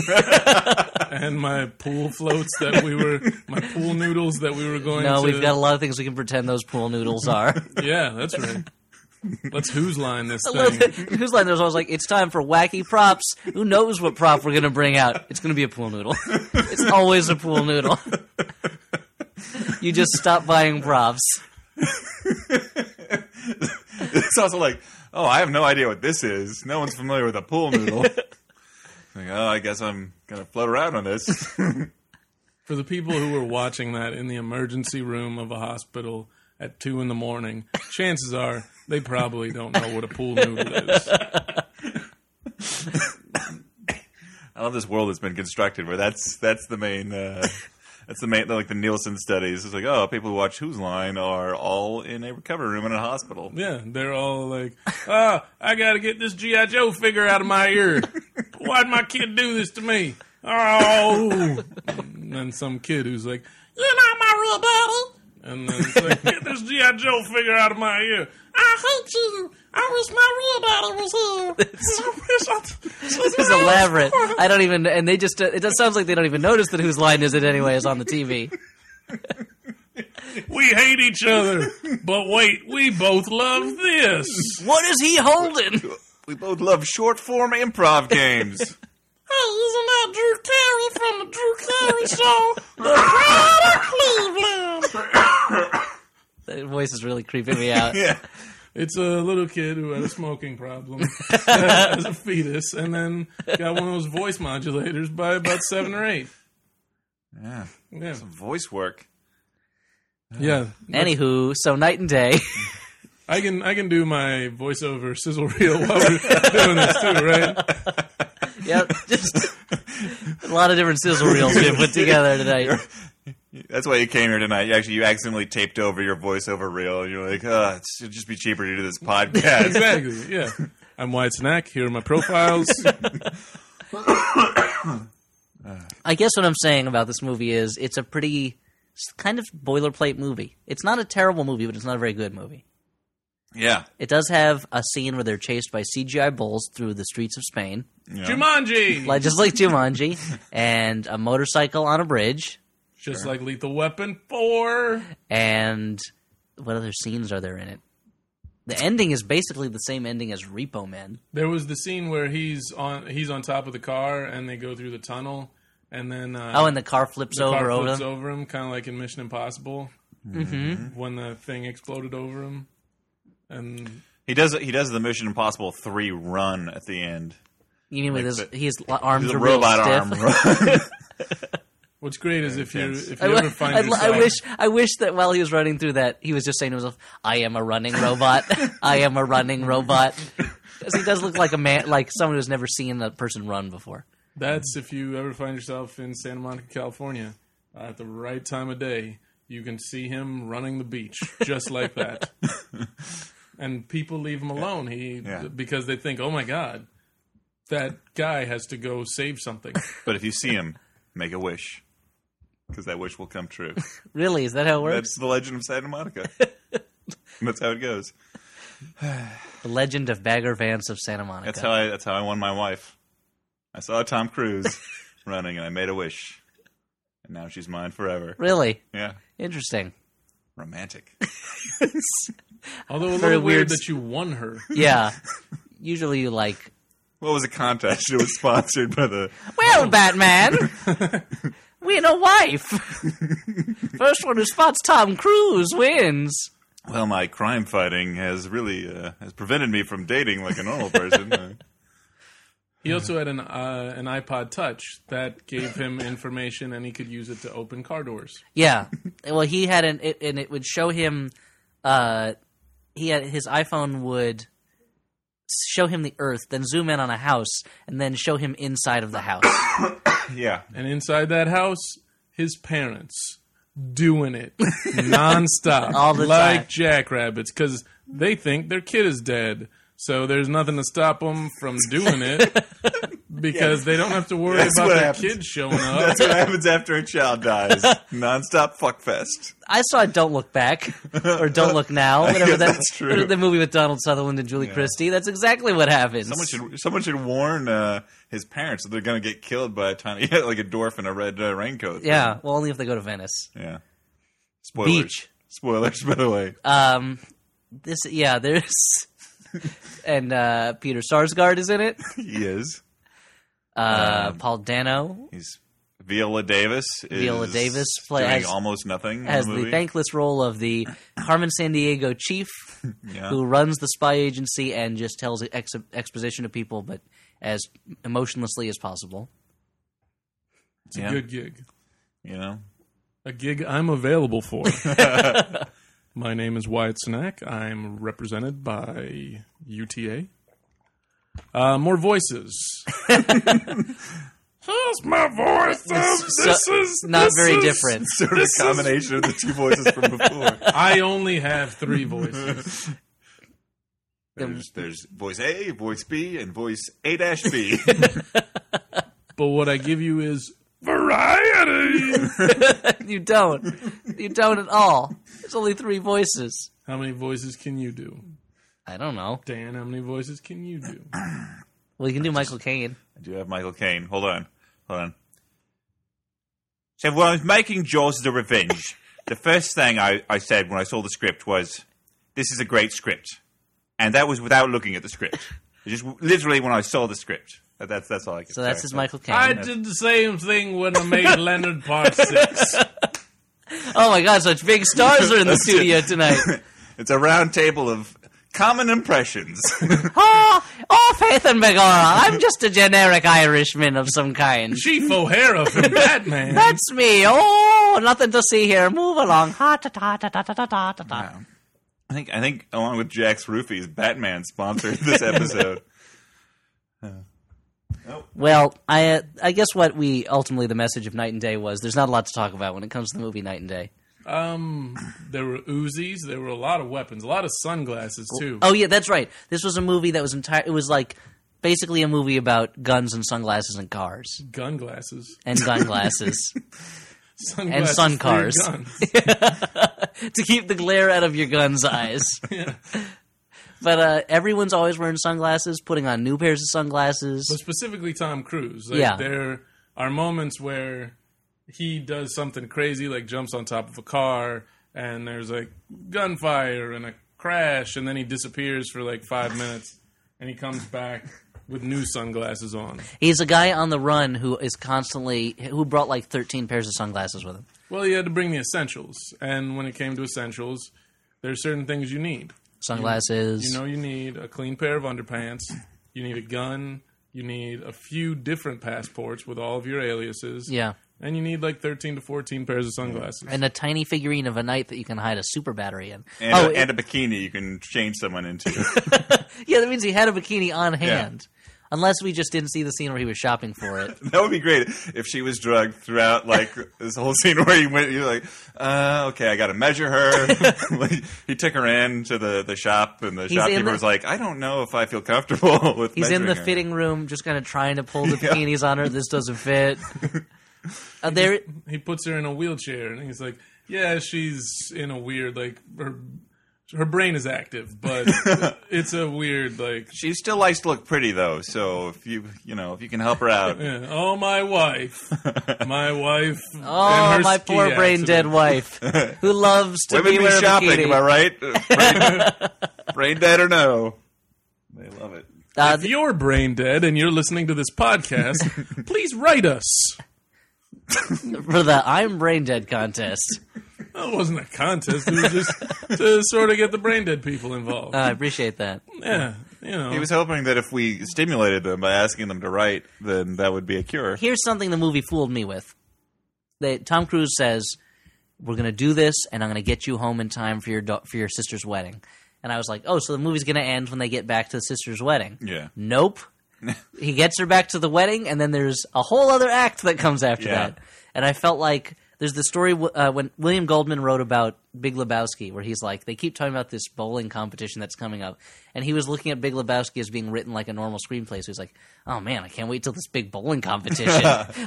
and my pool floats that we were my pool noodles that we were going
No,
to?
we've got a lot of things we can pretend those pool noodles
[LAUGHS]
are. [LAUGHS]
yeah, that's right. Let's who's line this thing.
Who's line there's always like, it's time for wacky props. Who knows what prop we're going to bring out? It's going to be a pool noodle. [LAUGHS] it's always a pool noodle. [LAUGHS] you just stop buying props. [LAUGHS]
It's also like, oh, I have no idea what this is. No one's familiar with a
[LAUGHS]
pool noodle. Like, oh, I guess I'm gonna float around on this.
For the people who were watching that in the emergency room of a hospital at two in the morning, chances are they probably don't know what a pool noodle is.
I love this world that's been constructed where that's that's the main. Uh, That's the main, like the Nielsen studies. It's like, oh, people who watch Who's Line are all in a recovery room in a hospital.
Yeah, they're all like, "Oh, "Ah, I gotta get this GI Joe figure out of my ear. Why'd my kid do this to me? oh, and then some kid who's like,
You're not my real daddy.
and then it's like, get this GI Joe figure out of my ear.
I hate you. I wish my real daddy was here.
This is elaborate. I don't even, and they just, it just sounds like they don't even notice that whose line is it anyway is on the TV.
[LAUGHS] We hate each other, but wait, we both love this.
What is he holding?
We both love short form
[LAUGHS]
improv games.
Hey, isn't that Drew Carey from the Drew Carey Show? The Pride of Cleveland.
[COUGHS] That voice is really creeping me out.
yeah.
It's a little kid who had a smoking problem as a fetus, and then got one of those voice modulators by about seven or eight.
Yeah.
Yeah,
Voice work.
yeah.
Anywho, so night and day. [LAUGHS]
I can I can do my voiceover sizzle reel while we're doing this too, right?
yep, just a lot of different sizzle reels we put together tonight.
That's why you came here tonight. You actually you accidentally taped over your voiceover reel and you're like, uh, it's, it'd just be cheaper to do this
[LAUGHS]
podcast.
Exactly. Yeah. I'm Wyatt Snack. Here are my profiles.
I guess what I'm saying about this movie is it's a pretty it's kind of boilerplate movie. It's not a terrible movie, but it's not a very good movie.
yeah.
It does have a scene where they're chased by CGI bulls through the streets of Spain,
You know.
Jumanji.
like just like Jumanji, and a motorcycle on a bridge,
Just like Lethal Weapon Four.
and what other scenes are there in it? The ending is basically the same ending as Repo Man.
There was the scene where he's on he's on top of the car and they go through the tunnel and then uh,
Oh, and the car flips
the
over
car
over
flips
them.
over him, kind of like in Mission Impossible
Mm-hmm.
when the thing exploded over him. And
He does he does the Mission Impossible three run at the end.
You mean with his
the-
his li- arms
The
are
robot
real stiff.
arm run. [LAUGHS]
what's great is if you
intense.
[LAUGHS]
if
I,
you ever
w-
find
I,
yourself,
I wish I wish that while he was running through that, he was just saying to himself, "I am a running robot. I am a running
[LAUGHS]
robot." Because he does look like a man, like someone who's never seen a person run before.
That's if you ever find yourself in Santa Monica, California, uh, at the right time of day, you can see him running the beach just
[LAUGHS]
like that. and people leave him alone. He
Yeah.
because they think, "Oh my god, that guy has to go save something."
but if you see him, make a wish. Because that wish will come true.
Really, is that how it works?
That's the legend of Santa
[LAUGHS]
Monica. that's how it goes.
the legend of Bagger Vance of Santa Monica.
That's how I that's how I won my wife. I saw Tom
[LAUGHS]
Cruise running and I made a wish. And now she's mine forever.
really
Yeah.
[LAUGHS]
interesting.
Romantic.
Although a
Very
little weird
weird s-
that you won her.
Yeah. Usually, you like,
What was a contest? It was sponsored by the [LAUGHS]
well, Batman, win a wife. First one who spots Tom Cruise wins.
Well, my crime fighting has really uh, has prevented me from dating like a normal person. Uh,
[LAUGHS]
He also had an uh, an iPod Touch that gave him information, and he could use it to open car doors.
Yeah. Well, he had an it, and it would show him. Uh, he had his iPhone would show him the Earth, then zoom in on a house, and then show him inside of the
[COUGHS]
house.
yeah.
And inside that house, his parents doing
[LAUGHS]
it nonstop,
All the
like
time.
jackrabbits, because they think their kid is dead. So there's nothing to stop them from doing
[LAUGHS]
it because they don't have to worry
That's
about
what
their
happens.
kid showing up.
[LAUGHS] That's what happens after a child dies. Nonstop fuckfest.
I saw Don't Look Back or Don't Look Now,
[LAUGHS]
whatever
guess
that,
that's true.
the movie with Donald Sutherland and Julie Christie. That's exactly what happens.
Someone should someone should warn uh, his parents that they're going to get killed by a tiny [LAUGHS] like a dwarf in a red uh, raincoat.
yeah, well, only if they go to Venice
Yeah. Spoilers.
beach.
Spoilers, by the way.
Um, this yeah, there's [LAUGHS] and uh, Peter Sarsgaard is in it.
he is.
Uh,
Um,
Paul Dano
He's Viola Davis. Is
Viola Davis play-
doing
has-
almost nothing in
has
the
the,
movie.
thankless role of the Carmen San Diego
[LAUGHS]
chief
Yeah.
who runs the spy agency and just tells ex- exposition to people, but as emotionlessly as possible.
It's a
Yeah.
good gig.
You know.
A gig I'm available [LAUGHS] for. My name is Wyatt Snack. I'm represented by UTA. Uh, more [LAUGHS] voices. Here's my voice. this
so-
is
Not
this
very
is-
different.
[LAUGHS] Sort of a combination of the two voices from [LAUGHS] before.
[LAUGHS] I only have three voices.
[LAUGHS]
[LAUGHS] There's, there's voice A, voice B, and voice A dash B.
but what I give you is variety.
you don't. You don't at all. There's only three voices.
[LAUGHS] how many voices can you do,
I don't know.
Dan? How many voices can you do?
Well, you can do Michael Caine.
I do have Michael Caine. Hold on. Hold on. So when I was making Jaws the Revenge, the first thing I, I said when I saw the script was, this is a great script. And that was without looking at the script. It just literally when I saw the script. That- That's, that's all I could
So that's
sorry.
his Michael Caine.
I did the same thing when I made Leonard
[LAUGHS]
Part Six.
oh my God! Such big stars are in the
[LAUGHS] That's it.
studio tonight.
It's a round table of common impressions. [LAUGHS]
Oh, oh, Faith and Megara. I'm just a generic Irishman of some kind.
Chief O'Hara from Batman.
That's me. Oh, nothing to see here. Move along. Ha ta ta ta ta ta ta ta ta. ta.
I think I think along with Jack's Roofies, Batman sponsored [LAUGHS] this episode.
Well, I uh, I guess what we ultimately the message of Night and Day was there's not a lot to talk about when it comes to the movie Night and Day.
Um, there were Uzis. There were a lot of weapons. A lot of sunglasses too.
Oh yeah, that's right. This was a movie that was entire. It was like basically a movie about guns and sunglasses and cars
Gun glasses.
and gun glasses
Sunglasses
sun
for your
cars. [LAUGHS]
guns.
to keep the glare out of your gun's
[LAUGHS]
eyes. But uh, everyone's always wearing sunglasses, putting on new pairs of sunglasses.
But specifically Tom Cruise. Like,
Yeah.
There are moments where he does something crazy, like jumps on top of a car, and there's like gunfire and a crash, and then he disappears for like five minutes, and he comes back with new sunglasses on.
He's a guy on the run who is constantly who brought like 13 pairs of sunglasses with him.
Well, he had to bring the essentials, and when it came to essentials, there's certain things you need.
Sunglasses.
You know, you need a clean pair of underpants. You need a gun. You need a few different passports with all of your aliases.
yeah.
And you need like 13 to 14 pairs of sunglasses.
And a tiny figurine of a knight that you can hide a super battery in.
And,
oh,
a,
it-
and a bikini you can change someone into. [LAUGHS]
yeah, that means he had a bikini on hand. Unless we just didn't see the scene where he was shopping for
[LAUGHS]
it.
that would be great if she was drugged throughout like this whole scene where you went. You're like, uh, okay, I got to
[LAUGHS]
measure her. Like, he took her in to the, the shop, and the
in
shopkeeper
the-
was like, I don't know if I feel comfortable [LAUGHS] with.
He's in
measuring
the
her.
fitting room, just kind of trying to pull
[LAUGHS]
the bikinis on her. This doesn't fit. Uh, there,
He puts her in a wheelchair and he's like, yeah, she's in a weird, like, her, her brain is
[LAUGHS]
active, but it's a weird, like,
She still likes to look pretty though, so if you you know if you can help
[LAUGHS]
her out,
yeah, oh, my wife. My wife.
oh, my poor brain dead
[LAUGHS]
wife who loves to
women
be
be
wearing a
shopping. Am I
bikini.
right? brain,
[LAUGHS]
brain dead or no? They love it.
Uh,
If you're brain dead and you're listening to
[LAUGHS]
this podcast, please write us.
for the I'm brain dead contest.
It wasn't a contest. It was just to sort of get the brain dead people involved.
Uh, I appreciate that.
yeah, you know.
He was hoping that if we stimulated them by asking them to write, then that would be a cure.
Here's something the movie fooled me with. They, Tom Cruise says, "We're going to do this, and I'm going to get you home in time for your do- for your sister's wedding." And I was like, "Oh, so the movie's going to end when they get back to the sister's wedding?"
Yeah. [LAUGHS]
Nope. he gets her back to the wedding, and then there's a whole other act that comes after
Yeah.
that. And I felt like there's the story w- uh, when William Goldman wrote about Big Lebowski, where he's like, they keep talking about this bowling competition that's coming up, and he was looking at Big Lebowski as being written like a normal screenplay. So he's like, oh man, I can't wait till this big bowling competition.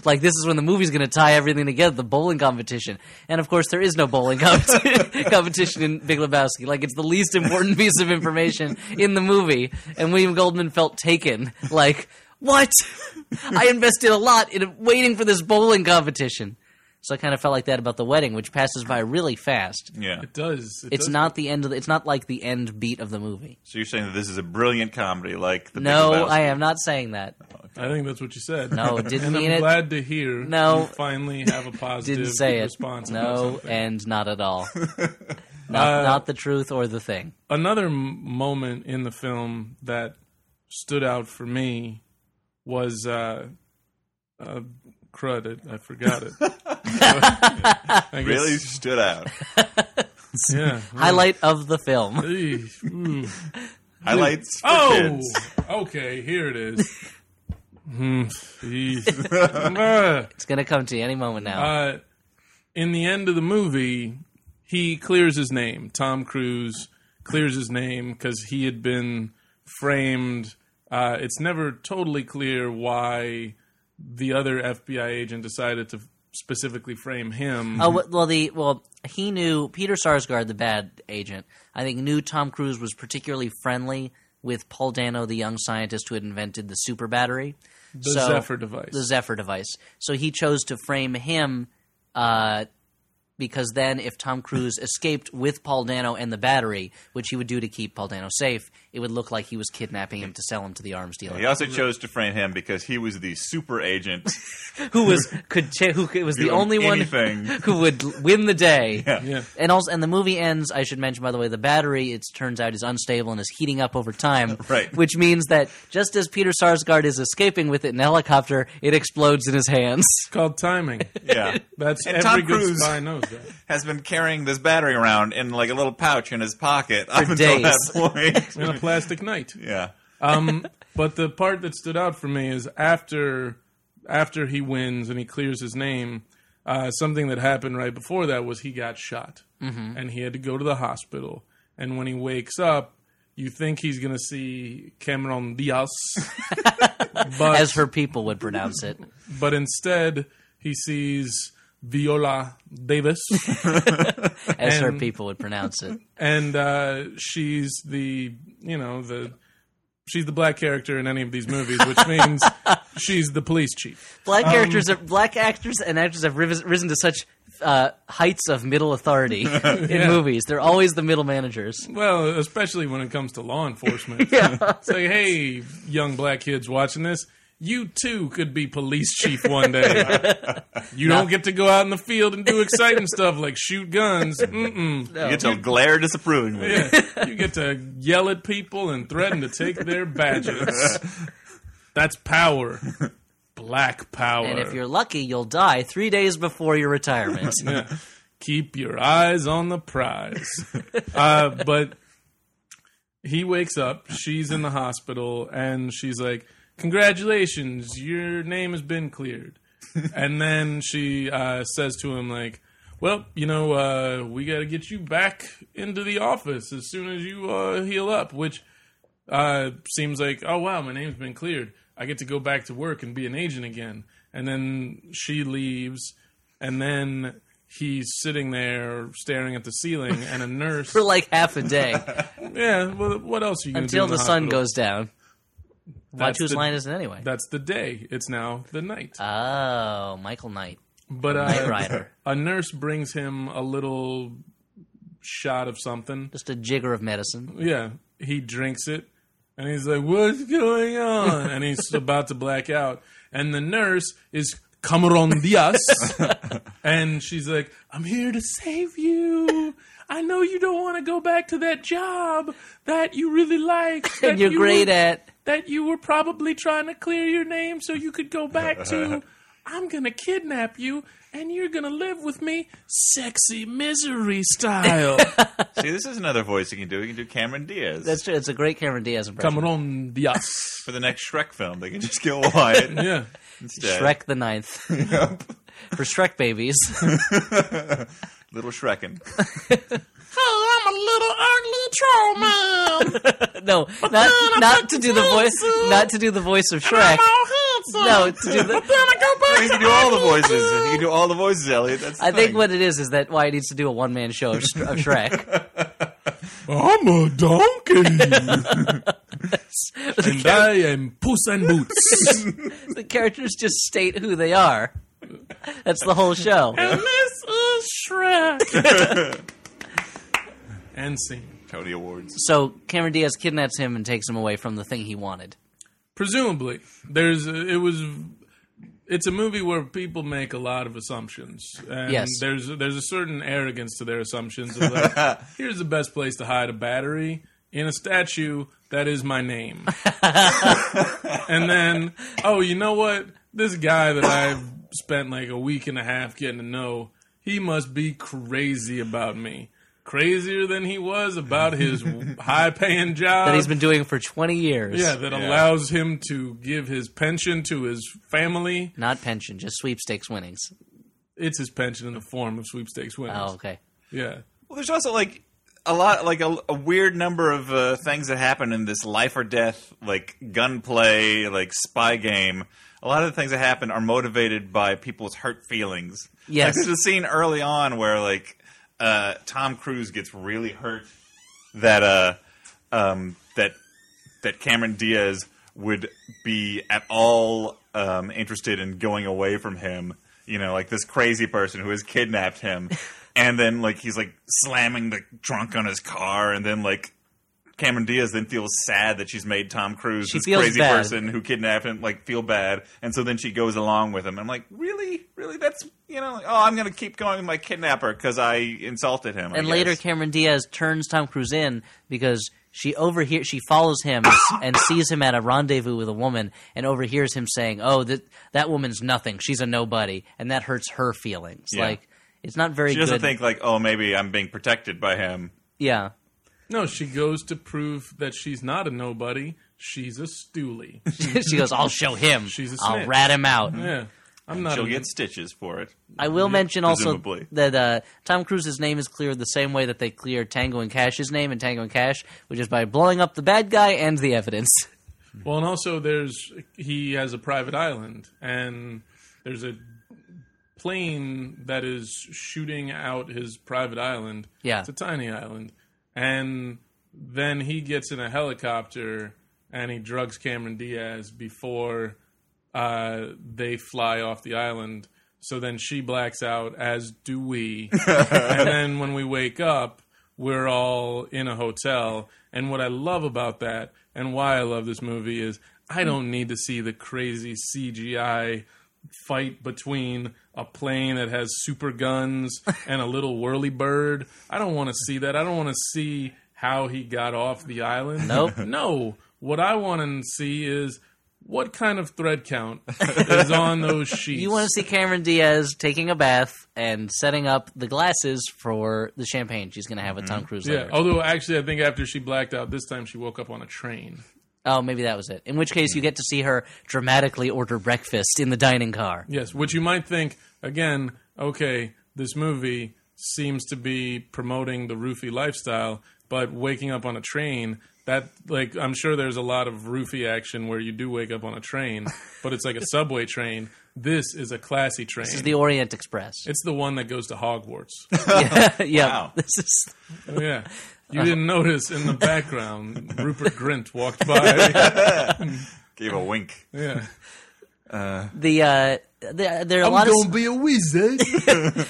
like this is when the movie's going to tie everything together, the bowling competition. And of course, there is no bowling competition, [LAUGHS] competition in Big Lebowski. Like it's the least important [LAUGHS] piece of information in the movie. And William Goldman felt taken, like. What? [LAUGHS] I invested a lot in waiting for this bowling competition. So I kind of felt like that about the wedding, which passes by really fast.
Yeah.
it does. It
It's
does.
not the end of the, it's not like the end beat of the movie.
So you're saying that this is a brilliant comedy, like the Big
No,
Lebowski?
I am not saying that.
I think that's what you said.
No, didn't
and
mean
I'm
it.
glad to hear.
No.
you finally have a
[LAUGHS]
positive
Didn't say it.
response. about
No,
something. Uh,
and not at
[LAUGHS]
all. not, not the truth or the thing.
another m- moment in the film that stood out for me was uh, uh, crud. It, I
[LAUGHS]
forgot it. I guess-
really stood out.
Yeah.
Highlight of the film.
[LAUGHS] Eesh, ooh.
Highlights. For
Oh,
kids.
okay. Here it is. Hmm. Eesh.
It's going to come to you any moment now.
uh, in the end of the movie, he clears his name. Tom Cruise clears his name because he had been framed. Uh, it's never totally clear why the other FBI agent decided to specifically frame him.
Oh well, the well he knew Peter Sarsgaard, the bad agent. I think knew Tom Cruise was particularly friendly with Paul Dano, the young scientist who had invented the super battery,
the Zephyr device.
the Zephyr device. So he chose to frame him, uh, because then if Tom
[LAUGHS]
Cruise escaped with Paul Dano and the battery, which he would do to keep Paul Dano safe, it would look like he was kidnapping him to sell him to the arms dealer,
He also chose to frame him because he was the super agent.
who was could cha- who was [LAUGHS] the
Doing
only
anything.
one who would win the day.
yeah.
And also, and the movie ends. I should mention, by the way, the battery. It turns out is unstable and is heating up over time.
[LAUGHS] Right.
Which means that just as Peter Sarsgaard is escaping with it in a helicopter, it explodes in his hands.
It's called timing.
[LAUGHS]
Yeah.
That's
And
every
Tom
good
Cruise.
spy knows that.
Has been carrying this battery around in like a little pouch in his pocket up until
days.
that
[LAUGHS]
point.
And a plastic knight.
yeah.
Um, but the part that stood out for me is after after he wins and he clears his name, uh, something that happened right before that was he got shot and he had to go to the hospital. And when he wakes up, you think he's going to see Cameron Diaz, but
As her people would pronounce it.
but instead he sees Viola Davis,
As her
And-
people would pronounce it.
and uh, she's the you know the. She's the black character in any of these movies, which means she's the police chief.
Black characters, are, black actors and actors have rivis- risen to such uh, heights of middle
[LAUGHS]
authority in movies. They're always the middle managers.
Well, especially when it comes to law enforcement.
Yeah.
It's like, hey, young black kids watching this, you too could be police chief one day. you don't get to go out in the field and do exciting stuff like shoot guns. Mm-mm.
Oh.
You get to glare disapprovingly.
Yeah. You get to yell at people and threaten to take their badges. That's power. Black power.
And if you're lucky, you'll die three days before your
[LAUGHS]
retirement.
keep your eyes on the prize. uh, but he wakes up, she's in the hospital, and she's like, Congratulations, your name has been cleared. and then she uh, says to him, like, well, you know, uh, we got to get you back into the office as soon as you uh, heal up, which uh, seems like, oh, wow, my name's been cleared. I get to go back to work and be an agent again. And then she leaves, and then he's sitting there staring at the ceiling, and a nurse.
For like half a day
yeah, well, what else are you going to
until
do? in
the sun
hospital?
goes down. Watch
That's
whose
the-
line is it anyway?
That's the day. It's now the night.
Oh, Michael
[LAUGHS]
Knight,
but
Knight
uh,
Rider,
a nurse brings him a little shot of something.
just a jigger of medicine.
Yeah, he drinks it, and he's like, "What's
[LAUGHS]
going on?" and he's about to black out, and the nurse is Cameron
[LAUGHS]
Diaz, and she's like, "I'm here to save you." I know you don't want to go back to that job that you really liked.
And [LAUGHS]
that
you're
you
great
were-
at.
that you were probably trying to clear your name so you could go back [LAUGHS] to. I'm gonna kidnap you, and you're gonna live with me, sexy misery style.
See, this is another voice you can do. You can do Cameron Diaz.
That's true. It's a great Cameron Diaz impression.
[LAUGHS] Cameron Diaz.
for the next Shrek film. They can just kill Wyatt
[LAUGHS]
Yeah.
instead.
Shrek the Ninth. [LAUGHS] For Shrek babies. [LAUGHS]
Little Shrekin.
Hey, I'm a little ugly troll man.
no, not not to do the voice not to do the voice of Shrek.
I'm all handsome.
No, to do the
But then I go back
You
to
can do all the
ugly
voices.
dude.
You can do all the voices, Elliot. That's the
I think
thing.
what it is is that Wyatt needs to do a one man show of, Sh- of Shrek. [LAUGHS]
I'm a donkey, [LAUGHS] and I am Puss and Boots.
the characters just state who they are. That's the whole show.
[LAUGHS] and this is Shrek. [LAUGHS] and scene.
Tony Awards.
So Cameron Diaz kidnaps him and takes him away from the thing he wanted.
Presumably, there's. A, it was. It's a movie where people make a lot of assumptions, and
Yes.
there's there's a certain arrogance to their assumptions. Of
[LAUGHS]
like, here's the best place to hide a battery in a statue that is
[LAUGHS]
my name, and then oh, you know what? This guy that I've spent like a week and a half getting to know, he must be crazy about me, crazier than he was
[LAUGHS]
about his high paying job
That he's been doing for 20 years.
yeah, that
Yeah.
allows him to give his pension to his family.
Not pension, just sweepstakes winnings.
It's his pension in the form of sweepstakes winnings.
Oh, okay.
Yeah.
Well, there's also like a lot like a, a weird number of uh, things that happen in this life or death like gunplay like spy game a lot of the things that happen are motivated by people's hurt feelings
Yes.
like, there's a scene early on where like uh, tom cruise gets really hurt that uh um that that cameron diaz would be at all um interested in going away from him you know like this crazy person who has
[LAUGHS]
kidnapped him and then like he's like slamming the trunk on his car and then like Cameron Diaz then feels sad that she's made Tom Cruise
She
this
feels
crazy
bad.
person who kidnapped him like feel bad, and so then she goes along with him. I'm like, really, really, that's you know, like, oh, I'm gonna keep going with my kidnapper because I insulted him. I
and later
guess.
Cameron Diaz turns Tom Cruise in because she overhears she follows him [COUGHS] and sees him at a rendezvous with a woman and overhears him saying, "Oh, that that woman's nothing. She's a nobody," and that hurts her feelings.
Yeah.
Like it's not very.
She doesn't
good.
think like, oh, maybe I'm being protected by him.
Yeah. [LAUGHS]
No, she goes to prove that she's not a nobody. She's a
[LAUGHS]
stoolie.
she goes, "I'll show him.
She's a
I'll
snitch."
rat him out."
Yeah, I'm not.
She'll
a,
get stitches for it.
I will mention also
presumably.
that uh, Tom Cruise's name is cleared the same way that they clear Tango and Cash's name in Tango and Cash, which is by blowing up the bad guy and the evidence. [LAUGHS]
Well, and also there's he has a private island, and there's a plane that is shooting out his private island.
Yeah.
it's a tiny island, and then he gets in a helicopter and he drugs Cameron Diaz before uh, they fly off the island. So then she blacks out, as do we. and then when we wake up, we're all in a hotel. And what I love about that and why I love this movie is I don't need to see the crazy CGI fight between a plane that has super guns and a little whirly bird. I don't want to see that. I don't want to see how he got off the island.
Nope.
[LAUGHS] No. What I want to see is what kind of
[LAUGHS]
thread count is on those sheets.
You want to see Cameron Diaz taking a bath and setting up the glasses for the champagne she's going to have with Tom Cruise
Yeah.
later. Oh.
Although, actually, I think after she blacked out this time, she woke up on a train.
Oh, maybe that was it. In which case, you get to see her dramatically order breakfast in the dining car.
Yes, which you might think again. Okay, this movie seems to be promoting the roofie lifestyle, but waking up on a train. That like I'm sure there's a lot of roofie action where you do wake up on
[LAUGHS]
a train, but it's like a subway train. This is a classy train.
This is the Orient Express.
it's the one that goes
[LAUGHS]
to Hogwarts.
yeah, yeah.
Wow.
This is
Oh, yeah. You didn't
Oh.
notice in the background,
[LAUGHS]
Rupert Grint walked by.
Gave a wink.
Yeah.
the. Uh, there, there are a lot of
be a wizard.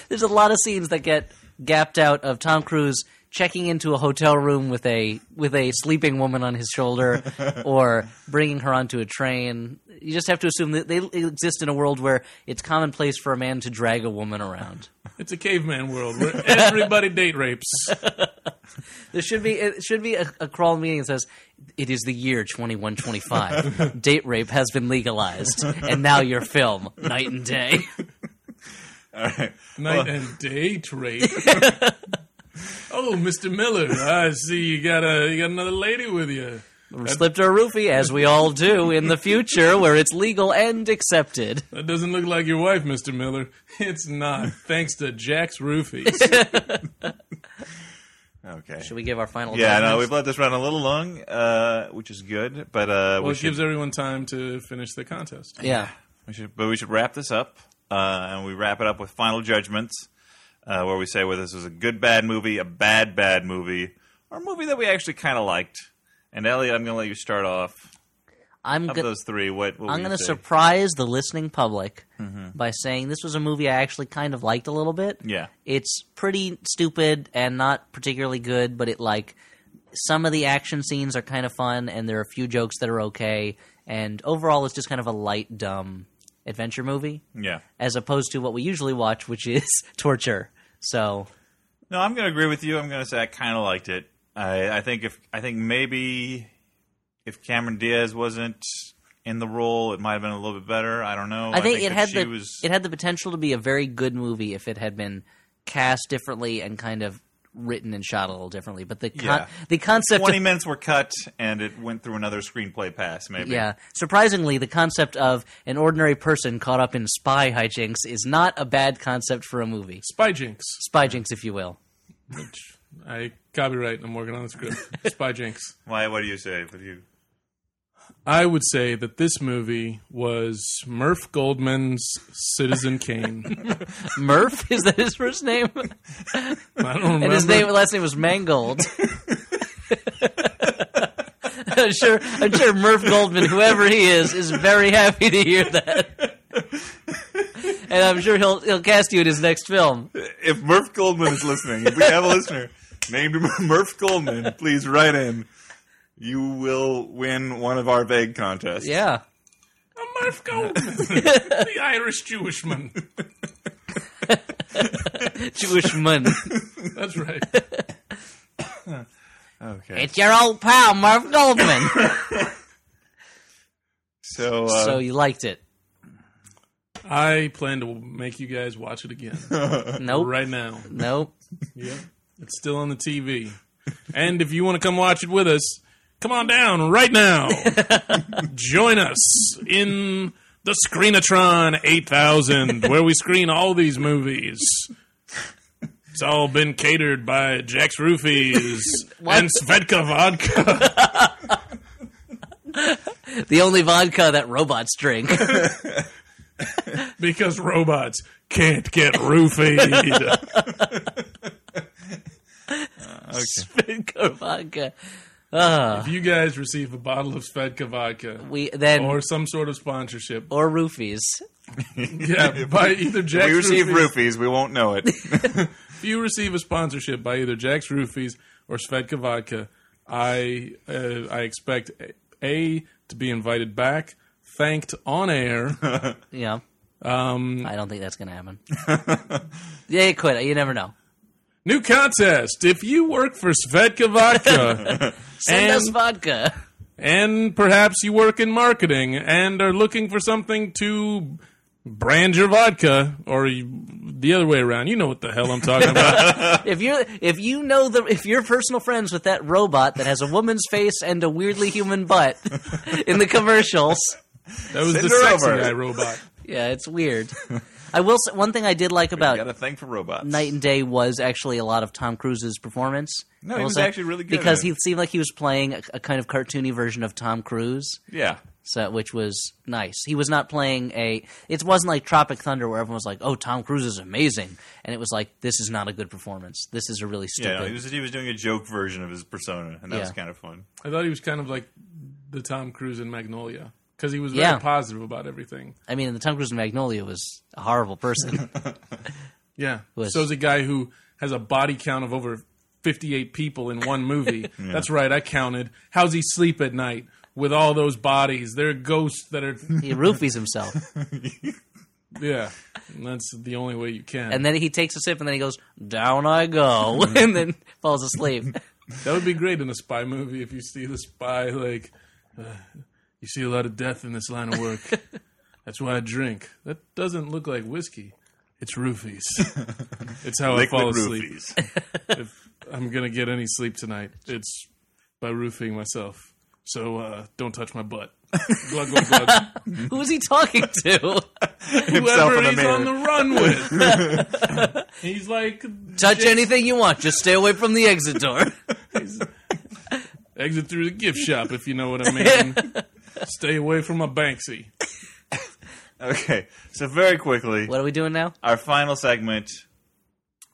there's a lot of scenes that get gapped out of Tom Cruise checking into a hotel room with a with a sleeping woman on his shoulder or bringing her onto a train. You just have to assume that they exist in a world where it's commonplace for a man to drag a woman around.
It's a caveman world where everybody date rapes.
There should be it should be a, a crawl meeting that says it is the year 2125. Date rape has been legalized and now your film night and day.
All right.
Night and date
[LAUGHS]
rape. oh, Mr. Miller, I see you got a you got another lady with you.
Slipped her a roofie as we all do in the future where it's legal and accepted.
That doesn't look like your wife, Mr. Miller. [LAUGHS] It's not, thanks to Jack's roofies.
[LAUGHS]
Okay.
Should we give our final?
Yeah, no,
judgments?
we've let this run a little long, uh, which is good, but uh,
Well,
we
it gives
should,
everyone time to finish the contest.
Yeah.
we should, but we should wrap this up, uh, and we wrap it up with final judgments, uh, where we say whether this was a good bad movie, a bad bad movie, or a movie that we actually kind of liked. And Elliot, I'm going to let you start off.
I'm
Of
go-
those three, what? what
I'm
going
going to surprise the listening public by saying this was a movie I actually kind of liked a little bit.
Mm-hmm. Yeah.
It's pretty stupid and not particularly good, but it like some of the action scenes are kind of fun and there are a few jokes that are okay and overall it's just kind of a light dumb adventure movie
Yeah.
as opposed to what we usually watch which is [LAUGHS] torture. So,
No, I'm going to agree with you. I'm going to say I kind of liked it. I, I think if I think maybe if Cameron Diaz wasn't in the role, it might have been a little bit better. I don't know.
I think, it
if
had
she
the
was
it had the potential to be a very good movie if it had been cast differently and kind of written and shot a little differently. But the con-
Yeah.
the concept
twenty
of,
minutes were cut and it went through another screenplay pass. Maybe.
yeah, surprisingly, the concept of an ordinary person caught up in spy hijinks is not a bad concept for a movie.
Spy Jinx.
Spy jinx, if you will.
Which I copyright. I'm working on
[LAUGHS]
the script. It's by Jinx.
Why? What do you say? What do you?
I would say that this movie was Murph Goldman's
[LAUGHS]
Citizen Kane.
Murph [LAUGHS] is that his first name?
I don't remember.
And his name, last name was Mangold. [LAUGHS] I'm sure, I'm sure Murph Goldman, whoever he is, is very happy to hear that. And I'm sure he'll he'll cast you in his next film.
If Murph Goldman is listening, if we have a listener named [LAUGHS] Murph Goldman, please write in. You will win one of our vague contests.
Yeah,
A
[LAUGHS]
Murph Goldman, the Irish Jewishman.
Jewish man.
That's right.
Okay.
It's your old pal Murph Goldman.
So, uh,
so you liked it?
I plan to make you guys watch it again
Nope.
right now.
Nope.
Yep. It's still on the TV. And if you want to come watch it with us, come on down right now. Join us in the Screenatron 8000, where we screen all these movies. It's all been catered by Jack's Roofies and Svedka Vodka. [LAUGHS]
The only vodka that robots drink. [LAUGHS]
because robots can't get roofied.
Svedka vodka.
if you guys receive a bottle of Svedka vodka
We then
or
or,
some sort of sponsorship,
roofies.
yeah, by either
[LAUGHS] if
Jack's
we receive
Roofies,
roofies. We won't know
[LAUGHS]
it.
if you receive a sponsorship by either Jack's Roofies or Svedka Vodka, I uh, I expect a to be invited back, thanked on
[LAUGHS]
air.
Yeah. Um, I don't think that's gonna
[LAUGHS]
happen. yeah, you could. You never know.
New contest: If you work for Svedka
[LAUGHS]
Vodka
Send us
And-
vodka.
and perhaps you work in marketing and are looking for something to brand your vodka, or you, the other way around, you know what the hell I'm
[LAUGHS]
talking about.
If you if you know the if you're personal friends with that robot that has a woman's face and a weirdly human
[LAUGHS]
butt in the commercials,
That was
Send
the
her
sexy
over.
guy robot.
yeah, it's weird. I will say one thing I did like
I
about
got a thing for robots.
Night and Day was actually a lot of Tom Cruise's performance.
No,
I
he
will
was
say,
actually really good at
because
it.
he seemed like he was playing a, a kind of cartoony version of Tom Cruise.
Yeah.
so which was nice. He was not playing a. It wasn't like Tropic Thunder where everyone was like, "Oh, Tom Cruise is amazing," and it was like, "This is not a good performance. This is a really
Yeah, no,
stupid."
he was he was doing a joke version of his persona, and that was
Yeah.
kind of fun.
I thought he was kind of like the Tom Cruise in Magnolia because he was very
Yeah.
positive about everything.
I mean, the Tom Cruise in Magnolia was a horrible [LAUGHS] person.
Yeah.
Was-
So is a guy who has a body count of over 58 people in one movie. That's right, I counted. How's he sleep at night with all those bodies? They're ghosts that are. [LAUGHS]
he roofies himself,
Yeah. And that's the only way you can.
and then he takes a sip, and then he goes, "Down I go," [LAUGHS] and then falls asleep.
that would be great in a spy movie if you see the spy, like, uh, you see a lot of death in this line of
[LAUGHS]
work. That's why I drink. That doesn't look like whiskey. It's
[LAUGHS]
roofies. It's how I
Liquid
fall asleep.
[LAUGHS]
roofies.
if I'm gonna get any sleep tonight, it's by roofing myself. So uh, don't touch my butt. Glug glug
[LAUGHS]
glug.
Who is he talking [LAUGHS] to?
Himself in
Whoever
the
he's on the
mirror.
run with,
[LAUGHS]
he's like
Touch anything you want, just stay away from the exit door. [LAUGHS]
exit through the gift shop if you know what I
[LAUGHS]
mean. Stay away from my Banksy.
Okay, so very quickly,
what are we doing now?
our final segment.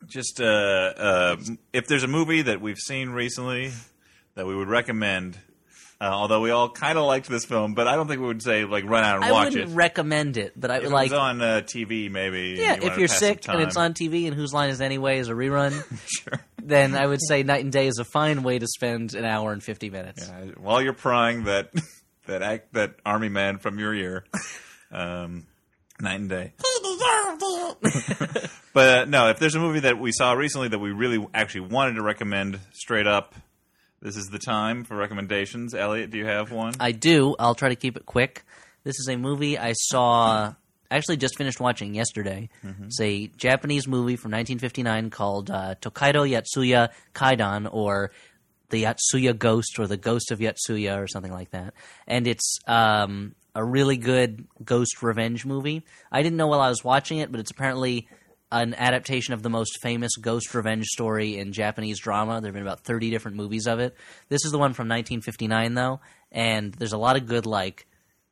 Just uh, uh, if there's a movie that we've seen recently that we would recommend, uh, although we all kind of liked this film, but I don't think we would say like run out and
I
watch it.
wouldn't recommend it, but I
if
like
it was on uh, TV, maybe.
Yeah,
you
if
wanna
you're
pass some
sick and it's
time.
on TV and Whose Line Is it Anyway is a rerun,
[LAUGHS] Sure.
then I would say Night and Day is a fine way to spend an hour and 50 minutes.
Uh, while you're prying that [LAUGHS] that act that army man from your ear, um, night and day.
He deserved it.
[LAUGHS] But uh, no, if there's a movie that we saw recently that we really actually wanted to recommend straight up, this is the time for recommendations. Elliot, do you have one?
I do. I'll try to keep it quick. This is a movie I saw, actually just finished watching yesterday. It's a Japanese movie from 1959 called uh, Tokaido Yatsuya Kaidan, or The Yatsuya Ghost, or The Ghost of Yatsuya, or something like that. And it's um, a really good ghost revenge movie. I didn't know while I was watching it, but it's apparently. an adaptation of the most famous ghost revenge story in Japanese drama. There have been about 30 different movies of it. This is the one from 1959, though, and there's a lot of good, like,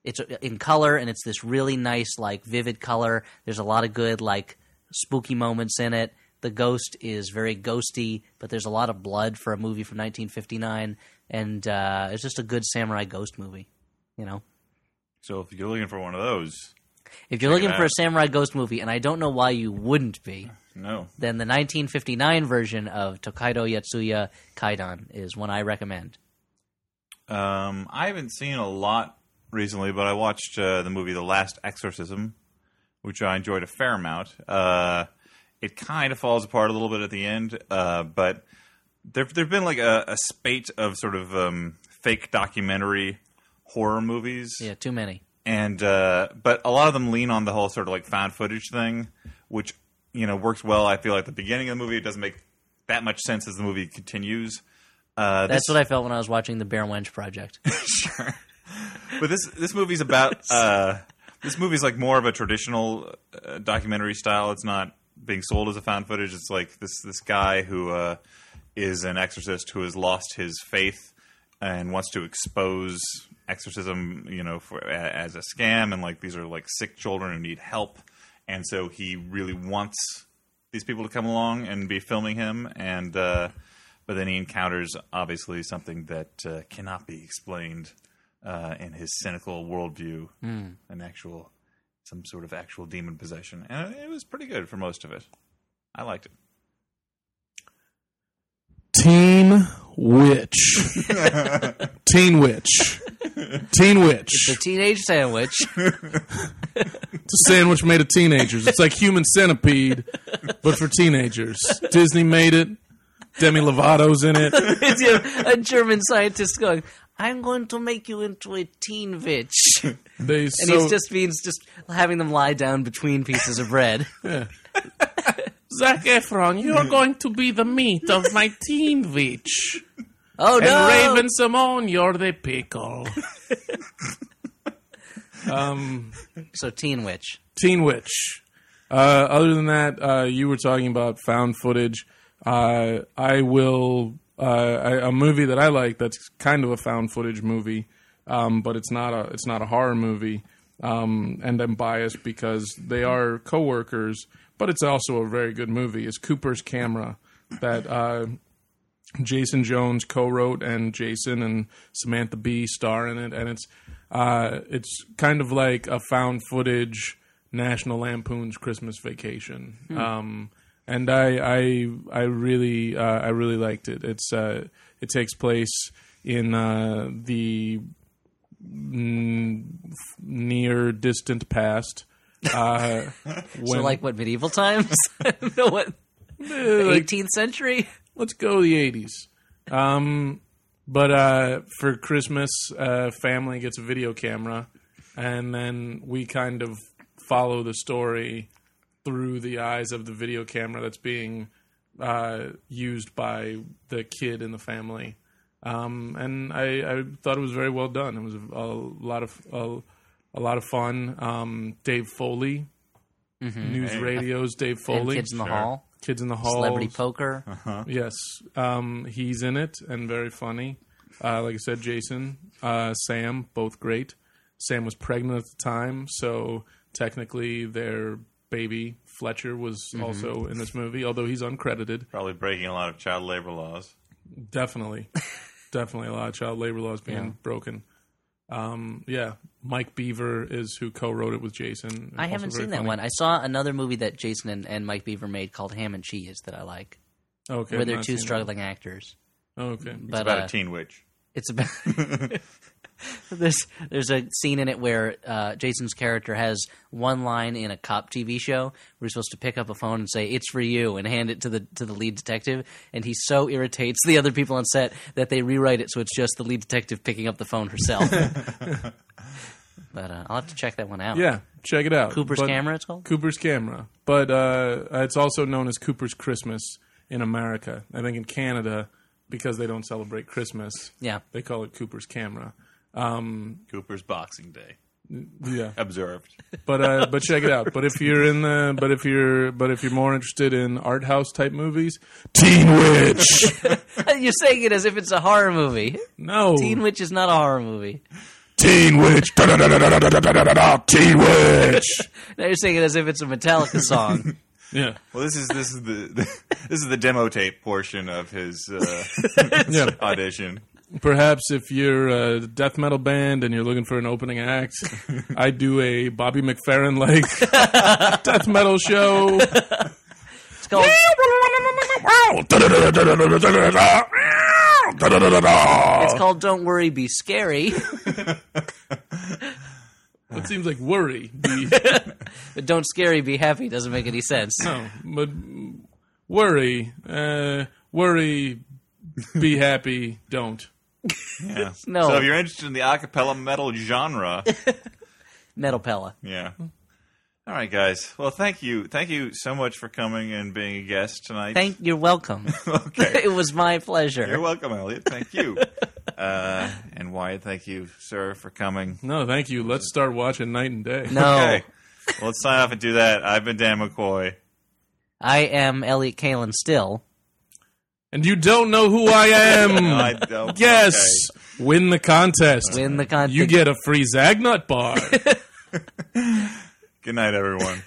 it's uh, in color and it's this really nice, like, vivid color. There's a lot of good, like, spooky moments in it. The ghost is very ghosty, but there's a lot of blood for a movie from 1959, and uh, it's just a good samurai ghost movie, you know?
So if you're looking for one of those,
If you're looking
it
for a
out.
samurai ghost movie, and I don't know why you wouldn't be,
no.
then the 1959 version of Tokaido Yatsuya Kaidan is one I recommend.
Um, I haven't seen a lot recently, but I watched uh, the movie The Last Exorcism, which I enjoyed a fair amount. Uh, it kind of falls apart a little bit at the end, uh, but there there've been like a, a spate of sort of um, fake documentary horror movies
Yeah, too many.
and uh, but a lot of them lean on the whole sort of like found footage thing, which you know works well. I feel like at the beginning of the movie it doesn't make that much sense as the movie continues. Uh,
That's what I felt when I was watching the Bear Wench
[LAUGHS]
Project.
sure. But this this
[LAUGHS]
movie's about uh, this movie's like more of a traditional uh, documentary style. It's not being sold as a found footage. It's like this this guy who uh, is an exorcist who has lost his faith and wants to expose exorcism, you know, for, a- as a scam. And like these are like sick children who need help, and so he really wants these people to come along and be filming him and uh, but then he encounters obviously something that uh, cannot be explained uh, in his cynical worldview an actual some sort of actual demon possession and it was pretty good for most of it i liked it
Teen Witch. Teen Witch. Teen Witch.
the Teenage Sandwich.
It's a sandwich made of teenagers. It's like human centipede, but for teenagers. Disney made it. Demi Lovato's in it.
It's, yeah, a German scientist going, I'm going to make you into a teen witch. And
They [LAUGHS] so
he's just means just having them lie down between pieces of
[LAUGHS]
bread.
Zac Efron, you're going to be the meat of my teen witch.
Oh, no!
Simone, you're the pickle. um,
So, Teen Witch.
Teen Witch. Uh, other than that, uh, you were talking about found footage. Uh, I will uh, I, a movie that I like that's kind of a found footage movie, um, but it's not a it's not a horror movie. Um, and I'm biased because they are coworkers, but it's also a very good movie. It's Cooper's Camera that uh, Jason Jones co-wrote, and Jason and Samantha Bee star in it, and it's uh, it's kind of like a found footage National Lampoon's Christmas Vacation. Um, and I I I really uh, I really liked it. It's uh, it takes place in uh, the mm, f- near distant past. Uh,
So,
when,
like, what, medieval times? [LAUGHS] no, what?
uh, like
18th century?
let's go the eighties. Um, but uh, for Christmas, uh, family gets a video camera, and then we kind of follow the story through the eyes of the video camera that's being uh, used by the kid in the family. Um, and I, I thought it was very well done. It was a, a lot of a, a lot of fun. Um, Dave Foley, News Radio's Dave
Mm-hmm. And
Foley,
Kids in the
Sure.
Hall.
Kids in the Hall,
Celebrity poker.
Yes, um, he's in it and very funny. Uh, like I said, Jason, uh, Sam, both great. Sam was pregnant at the time, so technically their baby Fletcher was also in this movie, although he's uncredited.
probably breaking a lot of child labor laws
Definitely, definitely a lot of child labor laws being broken. Um, yeah, Mike Beaver is who co-wrote it with Jason.
I
Also
haven't
very
seen that
funny.
one. I saw another movie that Jason and, and Mike Beaver made called Ham and Cheese that I like,
Okay,
where they're
not
two
seen that.
struggling actors.
Okay,
But
about
uh,
a teen witch
it's about
[LAUGHS]
[LAUGHS] there's there's a scene in it where uh, Jason's character has one line in a cop TV show where he's supposed to pick up a phone and say "It's for you" and hand it to the to the lead detective, and he so irritates the other people on set that they rewrite it so it's just the lead detective picking up the phone
[LAUGHS]
herself. but uh, I'll have to check that one out.
yeah, check it out.
Cooper's
But-
camera. It's called.
Cooper's Camera, but uh, it's also known as Cooper's Christmas in America. I think in Canada, because they don't celebrate Christmas,
Yeah.
they call it Cooper's Camera.
cooper's boxing day
yeah.
observed.
But uh, but check it out. But if you're in the but if you're but if you're more interested in art house type movies, Teen Witch.
[LAUGHS] [LAUGHS] You're saying it as if it's a horror movie.
No,
Teen Witch is not a horror movie.
Teen Witch. Da-da-da-da-da-da-da-da-da-da.
[LAUGHS]
Teen Witch.
Now you're saying it as if it's a Metallica
[LAUGHS]
song.
Yeah.
Well, this is this is the, [LAUGHS] this is the demo tape portion of his uh,
[LAUGHS] Yeah.
[LAUGHS] audition.
Perhaps if you're a death metal band and you're looking for an opening act, I do a Bobby McFerrin like death metal show.
It's called it's called Don't Worry Be Scary,
It seems like worry. The,
but Don't Scary Be Happy doesn't make any sense.
no, but worry, uh, worry, be happy, don't.
Yeah.
No.
So if you're interested in the acapella
[LAUGHS]
metal genre,
Metal Pella.
yeah. All right, guys. Well, thank you, thank you so much for coming and being a guest tonight.
Thank you're welcome.
[LAUGHS] okay.
[LAUGHS] it was my pleasure.
You're welcome, Elliot.
[LAUGHS]
Thank you. Uh, and Wyatt, thank you, sir, for coming.
No, thank you. Let's start watching Night and Day.
no.
Okay. Well, let's sign off and do that. I've been Dan McCoy.
I am Elliot Kalen still.
And you don't know who I [LAUGHS]
I oh,
am.
don't-
yes, win the contest.
Win the contest. [LAUGHS]
You get a free Zagnut bar.
Okay. Good night, everyone.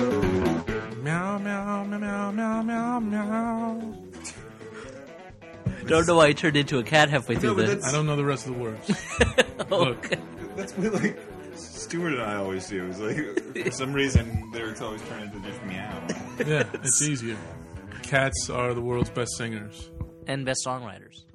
meow, meow, meow, meow, meow, meow.
don't know why I turned into a cat halfway through
but
this.
that's-
I don't know the rest of the words. Look,
That's what like Stuart and I always do. Is like for some reason lyrics always turn into just meow.
yeah, it's easier. Cats are the world's best singers.
And best songwriters.